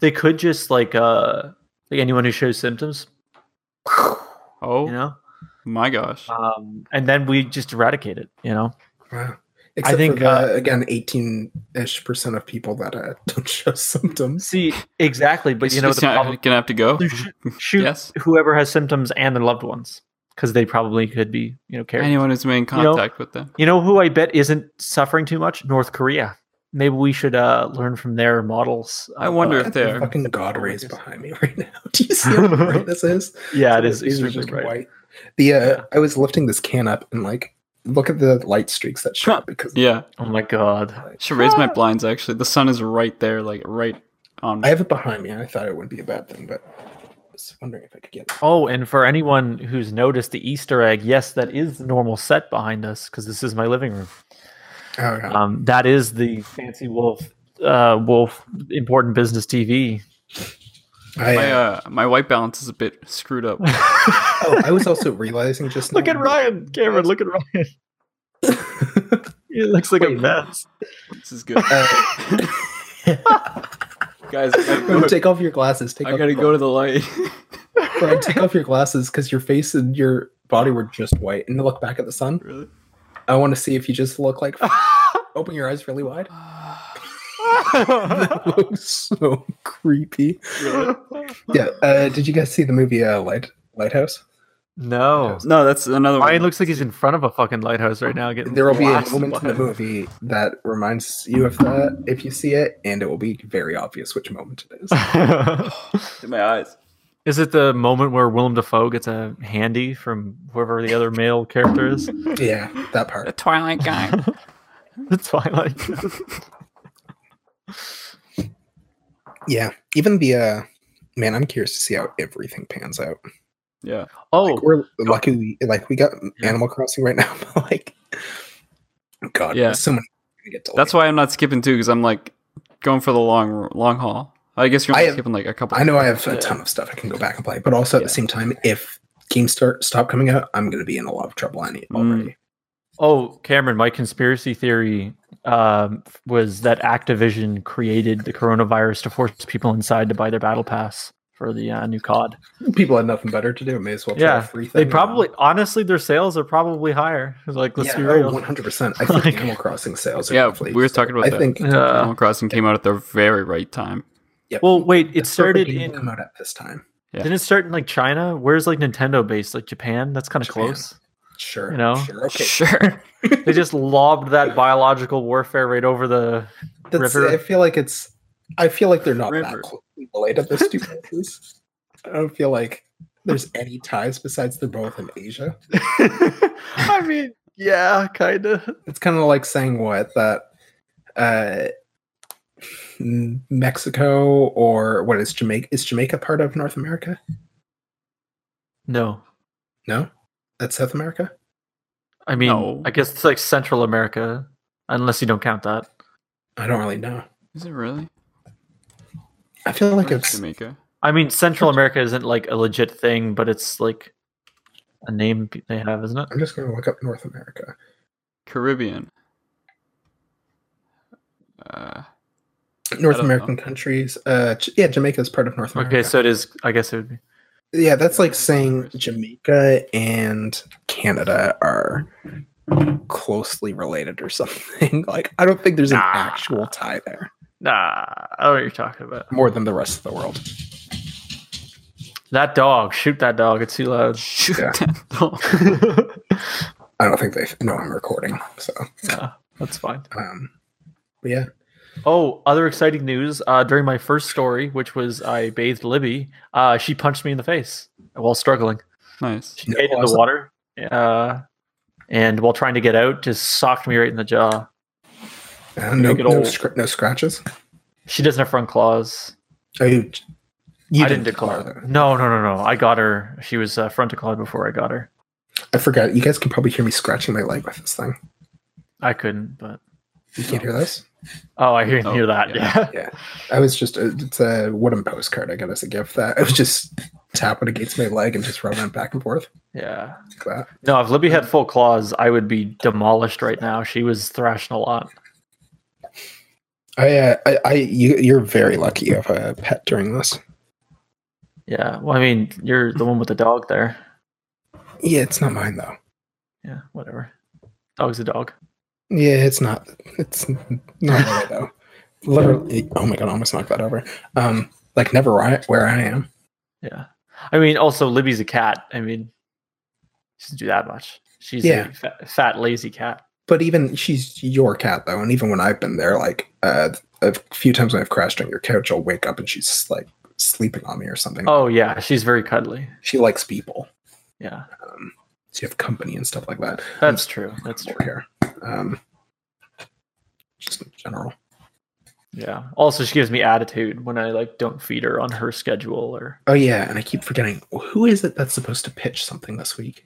Speaker 2: They could just like uh like anyone who shows symptoms,
Speaker 4: Oh
Speaker 2: you know,
Speaker 4: my gosh.
Speaker 2: um, and then we just eradicate it, you know.
Speaker 3: Wow. Except
Speaker 2: think,
Speaker 3: for the,
Speaker 2: uh,
Speaker 3: again, eighteen-ish percent of people that uh, don't show symptoms.
Speaker 2: See, exactly, but
Speaker 4: It's-
Speaker 2: you know
Speaker 4: it's
Speaker 2: the
Speaker 4: not
Speaker 2: problem.
Speaker 4: gonna have to go.
Speaker 2: You should shoot
Speaker 4: Yes.
Speaker 2: whoever has symptoms and their loved ones because they probably could be, you know, carriers.
Speaker 4: Anyone who's made in
Speaker 2: You know-
Speaker 4: contact with them.
Speaker 2: You know who I bet isn't suffering too much? North Korea. Maybe we should uh, learn from their models.
Speaker 4: I
Speaker 2: of,
Speaker 4: wonder
Speaker 2: uh,
Speaker 4: if
Speaker 3: God,
Speaker 4: there.
Speaker 3: the fucking God rays behind me right now. Do you see how bright this is?
Speaker 2: yeah, it is
Speaker 3: These are
Speaker 2: extremely
Speaker 3: just
Speaker 2: bright.
Speaker 3: White. The uh,
Speaker 2: Yeah.
Speaker 3: I was lifting this can up and like look at the light streaks that show up because
Speaker 4: Yeah.
Speaker 2: Oh my god.
Speaker 4: Should raise
Speaker 2: ah!
Speaker 4: my blinds actually. The sun is right there, like right on
Speaker 3: I have it behind me. and I thought it wouldn't be a bad thing, but I was wondering if I could get.
Speaker 2: Oh, and for anyone who's noticed the Easter egg, yes, that is the normal set behind us because this is my living room.
Speaker 3: Oh yeah.
Speaker 2: Um, that is the fancy wolf, uh, wolf important business TV.
Speaker 3: I,
Speaker 4: my
Speaker 3: uh,
Speaker 4: uh, my white balance is a bit screwed up.
Speaker 3: oh, I was also realizing just
Speaker 2: Look
Speaker 3: now-
Speaker 2: at Ryan, Cameron. Look at Ryan. It looks like a
Speaker 3: Wait.
Speaker 2: mess.
Speaker 4: This is good.
Speaker 3: uh,
Speaker 4: Guys, I gotta
Speaker 3: Ryan,
Speaker 4: go,
Speaker 3: take off your glasses. Take
Speaker 4: I
Speaker 3: off
Speaker 4: gotta
Speaker 3: your
Speaker 4: go to the light.
Speaker 3: glasses. Ryan, take off your glasses because your face and your body were just white. And look back at the sun.
Speaker 4: really?
Speaker 3: I want to see if you just look like. open your eyes really wide. That looks so creepy. Yeah. Uh, did you guys see the movie uh, Light Lighthouse?
Speaker 2: no.
Speaker 4: No, that's another one.
Speaker 2: Ryan looks like he's in front of a fucking lighthouse right now. Getting
Speaker 3: There will be a
Speaker 2: blasted
Speaker 3: moment
Speaker 2: by
Speaker 3: in the
Speaker 2: it.
Speaker 3: movie that reminds you of that if you see it, and it will be very obvious which moment it is.
Speaker 4: in my eyes.
Speaker 2: is it the moment where Willem Dafoe gets a handy from whoever the other male character is?
Speaker 3: yeah, that part.
Speaker 4: Twilight guy.
Speaker 2: The Twilight.
Speaker 3: Yeah. Even the uh, man, I'm curious to see how everything pans out.
Speaker 4: yeah.
Speaker 2: Oh,
Speaker 3: Like, we're lucky, we, like we got
Speaker 2: Yeah.
Speaker 3: Animal Crossing right now. But like, God,
Speaker 4: Yeah.
Speaker 3: yeah, so many. gonna get delayed.
Speaker 4: That's why I'm not skipping too, because I'm like going for the long long haul. I guess you're
Speaker 3: I
Speaker 4: only
Speaker 3: have-
Speaker 4: skipping like a couple.
Speaker 3: I know I have a
Speaker 4: Yeah.
Speaker 3: ton of stuff I can go back and play, but also at
Speaker 4: Yeah.
Speaker 3: the same time, if games start stop coming out, I'm going to be in a lot of trouble. I need
Speaker 4: Mm.
Speaker 3: already.
Speaker 2: oh, Cameron, my conspiracy theory um, was that Activision created the coronavirus to force people inside to buy their battle pass for the uh, new COD.
Speaker 3: People had nothing better to do. May as well try
Speaker 2: Yeah,
Speaker 3: a free thing. uh,
Speaker 2: They probably, honestly, their sales are probably higher. Like, let's
Speaker 3: yeah, Oh,
Speaker 2: be real.
Speaker 3: One hundred percent. I think
Speaker 2: Like-
Speaker 3: Animal Crossing sales. Are
Speaker 4: Yeah,
Speaker 3: definitely-
Speaker 4: we were talking about
Speaker 3: I
Speaker 4: that.
Speaker 3: think.
Speaker 2: Yeah.
Speaker 4: Animal Crossing came out at the very right time.
Speaker 3: yeah,
Speaker 2: Uh, Well, wait,
Speaker 3: the
Speaker 2: it started
Speaker 3: perfect game to
Speaker 2: in
Speaker 3: come out at this time.
Speaker 4: Yeah.
Speaker 2: Didn't it start in like China? Where's like Nintendo based? Like Japan? That's kind of
Speaker 3: Japan.
Speaker 2: close.
Speaker 3: Sure,
Speaker 2: You know?
Speaker 3: sure, okay.
Speaker 4: Sure.
Speaker 2: They just lobbed that biological warfare right over the.
Speaker 3: That's,
Speaker 2: River.
Speaker 3: I feel like it's. I feel like they're not
Speaker 4: River.
Speaker 3: that closely related. Those two places. I don't feel like there's any ties besides they're both in Asia.
Speaker 2: I mean, yeah, kind of.
Speaker 3: It's kind of like saying what that uh M- Mexico or what is Jamaica is Jamaica part of North America?
Speaker 2: No,
Speaker 3: No? That's South America?
Speaker 2: I mean,
Speaker 4: No.
Speaker 2: I guess it's like Central America, unless you don't count that.
Speaker 3: I don't really know.
Speaker 4: Is it really?
Speaker 3: I feel like
Speaker 4: Where's
Speaker 3: it's
Speaker 4: Jamaica.
Speaker 2: I mean, Central America isn't like a legit thing, but it's like a name p- they have, isn't it?
Speaker 3: I'm just gonna look up North America.
Speaker 4: Caribbean. Uh,
Speaker 3: North
Speaker 4: don't
Speaker 3: American
Speaker 4: know.
Speaker 3: countries. Uh J- yeah, Jamaica is part of North America.
Speaker 2: Okay, so it is. I guess it would be.
Speaker 3: yeah, that's like saying Jamaica and Canada are closely related or something. Like I don't think there's an
Speaker 2: Nah.
Speaker 3: actual tie there.
Speaker 2: Nah, I know what you're talking about.
Speaker 3: More than the rest of the world.
Speaker 2: That dog, shoot that dog. It's too loud.
Speaker 4: shoot.
Speaker 3: Yeah.
Speaker 4: that dog.
Speaker 3: I don't think they know I'm recording, so
Speaker 2: Nah, that's fine.
Speaker 3: Um, but yeah,
Speaker 2: Oh, other exciting news. Uh, during my first story, which was I bathed Libby, uh, she punched me in the face while struggling.
Speaker 4: nice.
Speaker 2: She
Speaker 3: No,
Speaker 2: stayed in the
Speaker 3: awesome.
Speaker 2: water. Uh, and while trying to get out, just socked me right in the jaw.
Speaker 3: Uh, no,
Speaker 2: Make it
Speaker 3: no,
Speaker 2: old.
Speaker 3: scr- no scratches.
Speaker 2: She doesn't have front claws.
Speaker 3: Oh, you, you
Speaker 2: I didn't declare.
Speaker 3: that.
Speaker 2: No, no, no, no. I got her. She was uh, front declared before I got her.
Speaker 3: I forgot. You guys can probably hear me scratching my leg with this thing.
Speaker 2: I couldn't, but
Speaker 3: You can't hear this.
Speaker 2: oh, I hear,
Speaker 4: Oh,
Speaker 2: hear that.
Speaker 4: yeah.
Speaker 2: Yeah.
Speaker 3: I was just uh, it's a wooden postcard. I got as a gift that I was just tapping against my leg and just rubbing it back and forth
Speaker 2: yeah.
Speaker 3: like that.
Speaker 2: No, if Libby had full claws, I would be demolished right now. She was thrashing a lot.
Speaker 3: I, uh, I, I, you, you're very lucky you have a pet during this.
Speaker 2: Yeah. Well, I mean, you're the one with the dog there.
Speaker 3: Yeah, it's not mine though.
Speaker 2: Yeah. Whatever. Dog's a dog.
Speaker 3: Yeah, it's not. It's not mine though. Literally. Oh my god! I almost knocked that over. Um, like never right where I am.
Speaker 2: Yeah. I mean, also Libby's a cat. I mean, she doesn't do that much. She's
Speaker 3: Yeah.
Speaker 2: a fat, fat, lazy cat.
Speaker 3: But even she's your cat though, and even when I've been there, like uh, a few times when I've crashed on your couch, I'll wake up and she's like sleeping on me or something.
Speaker 2: Oh yeah, she's very cuddly.
Speaker 3: She likes people.
Speaker 2: Yeah,
Speaker 3: um, so you have company and stuff like that.
Speaker 2: that's true. That's
Speaker 3: More
Speaker 2: true.
Speaker 3: Here. Um, just in general.
Speaker 2: Yeah. Also, she gives me attitude when I like don't feed her on her schedule or
Speaker 3: Oh yeah, and I keep forgetting who is it that's supposed to pitch something this week.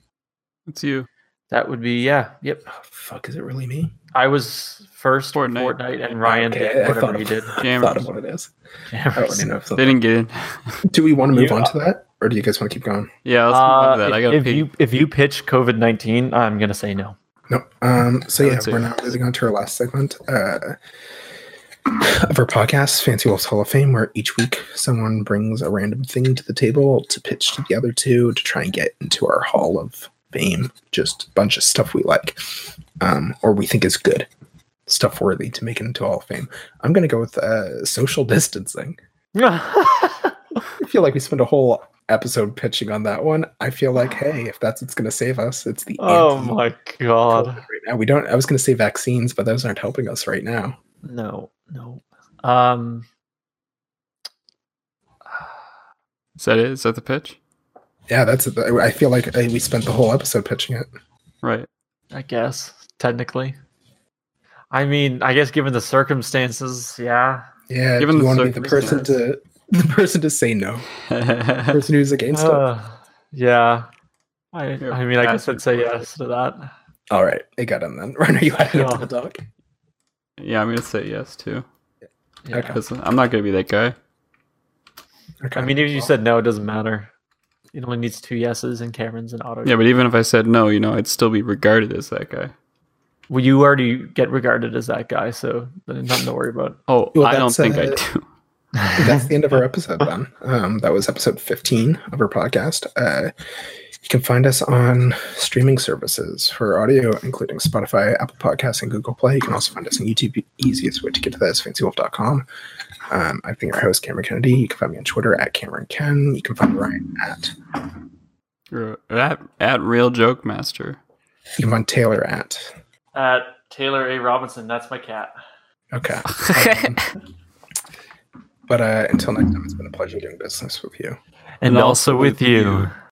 Speaker 4: It's you.
Speaker 2: that would be yeah. Yep.
Speaker 3: Oh, fuck, is it really me?
Speaker 2: I was first
Speaker 4: Fortnite.
Speaker 2: Fortnite, and Ryan
Speaker 3: Okay,
Speaker 2: did
Speaker 3: I thought
Speaker 2: whatever
Speaker 3: of-
Speaker 2: he did.
Speaker 3: I
Speaker 4: Jammers.
Speaker 3: thought of what it is. I
Speaker 2: Jammers.
Speaker 3: don't even know if
Speaker 4: They
Speaker 3: the,
Speaker 4: didn't get in.
Speaker 3: do we want to move
Speaker 2: You-
Speaker 3: on to that, or do you guys want to keep going?
Speaker 4: yeah, let's move on to
Speaker 2: Uh,
Speaker 4: that. I got
Speaker 2: if
Speaker 4: paid.
Speaker 2: you if you pitch COVID nineteen, I'm gonna say no.
Speaker 3: No. Um, so
Speaker 4: I
Speaker 3: yeah,
Speaker 4: would say-
Speaker 3: we're now moving on to our last segment uh, of our podcast, Fancy Wolves Hall of Fame, where each week someone brings a random thing to the table to pitch to the other two to try and get into our Hall of Fame. Just a bunch of stuff we like um, or we think is good, stuff worthy to make it into Hall of Fame. I'm going to go with uh, social distancing. I feel like we spent a whole episode pitching on that one. I feel like, hey, if that's what's going to save us, it's the
Speaker 2: oh
Speaker 3: anti-
Speaker 2: my god.
Speaker 3: right now. We don't. I was going to say vaccines, but those aren't helping us right now.
Speaker 2: No, no. Um
Speaker 4: Is that it? Is that the pitch?
Speaker 3: Yeah, that's. I feel like uh, we spent the whole episode pitching it.
Speaker 4: Right.
Speaker 2: I guess, technically. I mean, I guess given the circumstances, yeah.
Speaker 3: Yeah, Given
Speaker 4: Given
Speaker 3: you
Speaker 4: the
Speaker 3: want to be the person to the person to say no, the person who's against it.
Speaker 2: Uh, yeah. I,
Speaker 4: You're
Speaker 2: I mean, I guess
Speaker 4: bastard.
Speaker 2: I'd say yes to that.
Speaker 3: All right, I got him then. Ryan, are you adding it to the doc?
Speaker 4: yeah, I'm gonna say yes too.
Speaker 2: Yeah.
Speaker 3: Okay.
Speaker 4: 'Cause I'm not gonna be that guy.
Speaker 3: Okay.
Speaker 2: I mean, if you said no, it doesn't matter. It only needs two yeses and Cameron's and Otto.
Speaker 4: Yeah, but even if I said no, you know, I'd still be regarded as that guy.
Speaker 2: Well, you already get regarded as that guy, so nothing to worry about.
Speaker 4: Oh,
Speaker 3: Well,
Speaker 4: I don't
Speaker 3: that's,
Speaker 4: think I
Speaker 3: uh,
Speaker 4: do.
Speaker 3: that's the end of our episode then. Um, that was episode 15 of our podcast. Uh, you can find us on streaming services for audio, including Spotify, Apple Podcasts, and Google Play. You can also find us on YouTube. Easiest way to get to that is fancywolf.com. Um, I've been your host, Cameron Kennedy. You can find me on Twitter at Cameron Ken. You can find Ryan at,
Speaker 4: You're At, at real joke master.
Speaker 3: you can find Taylor at.
Speaker 2: At Uh, Taylor A. Robinson, that's my cat.
Speaker 3: Okay. Um, But uh, until next time, it's been a pleasure doing business with you.
Speaker 2: And, also with you.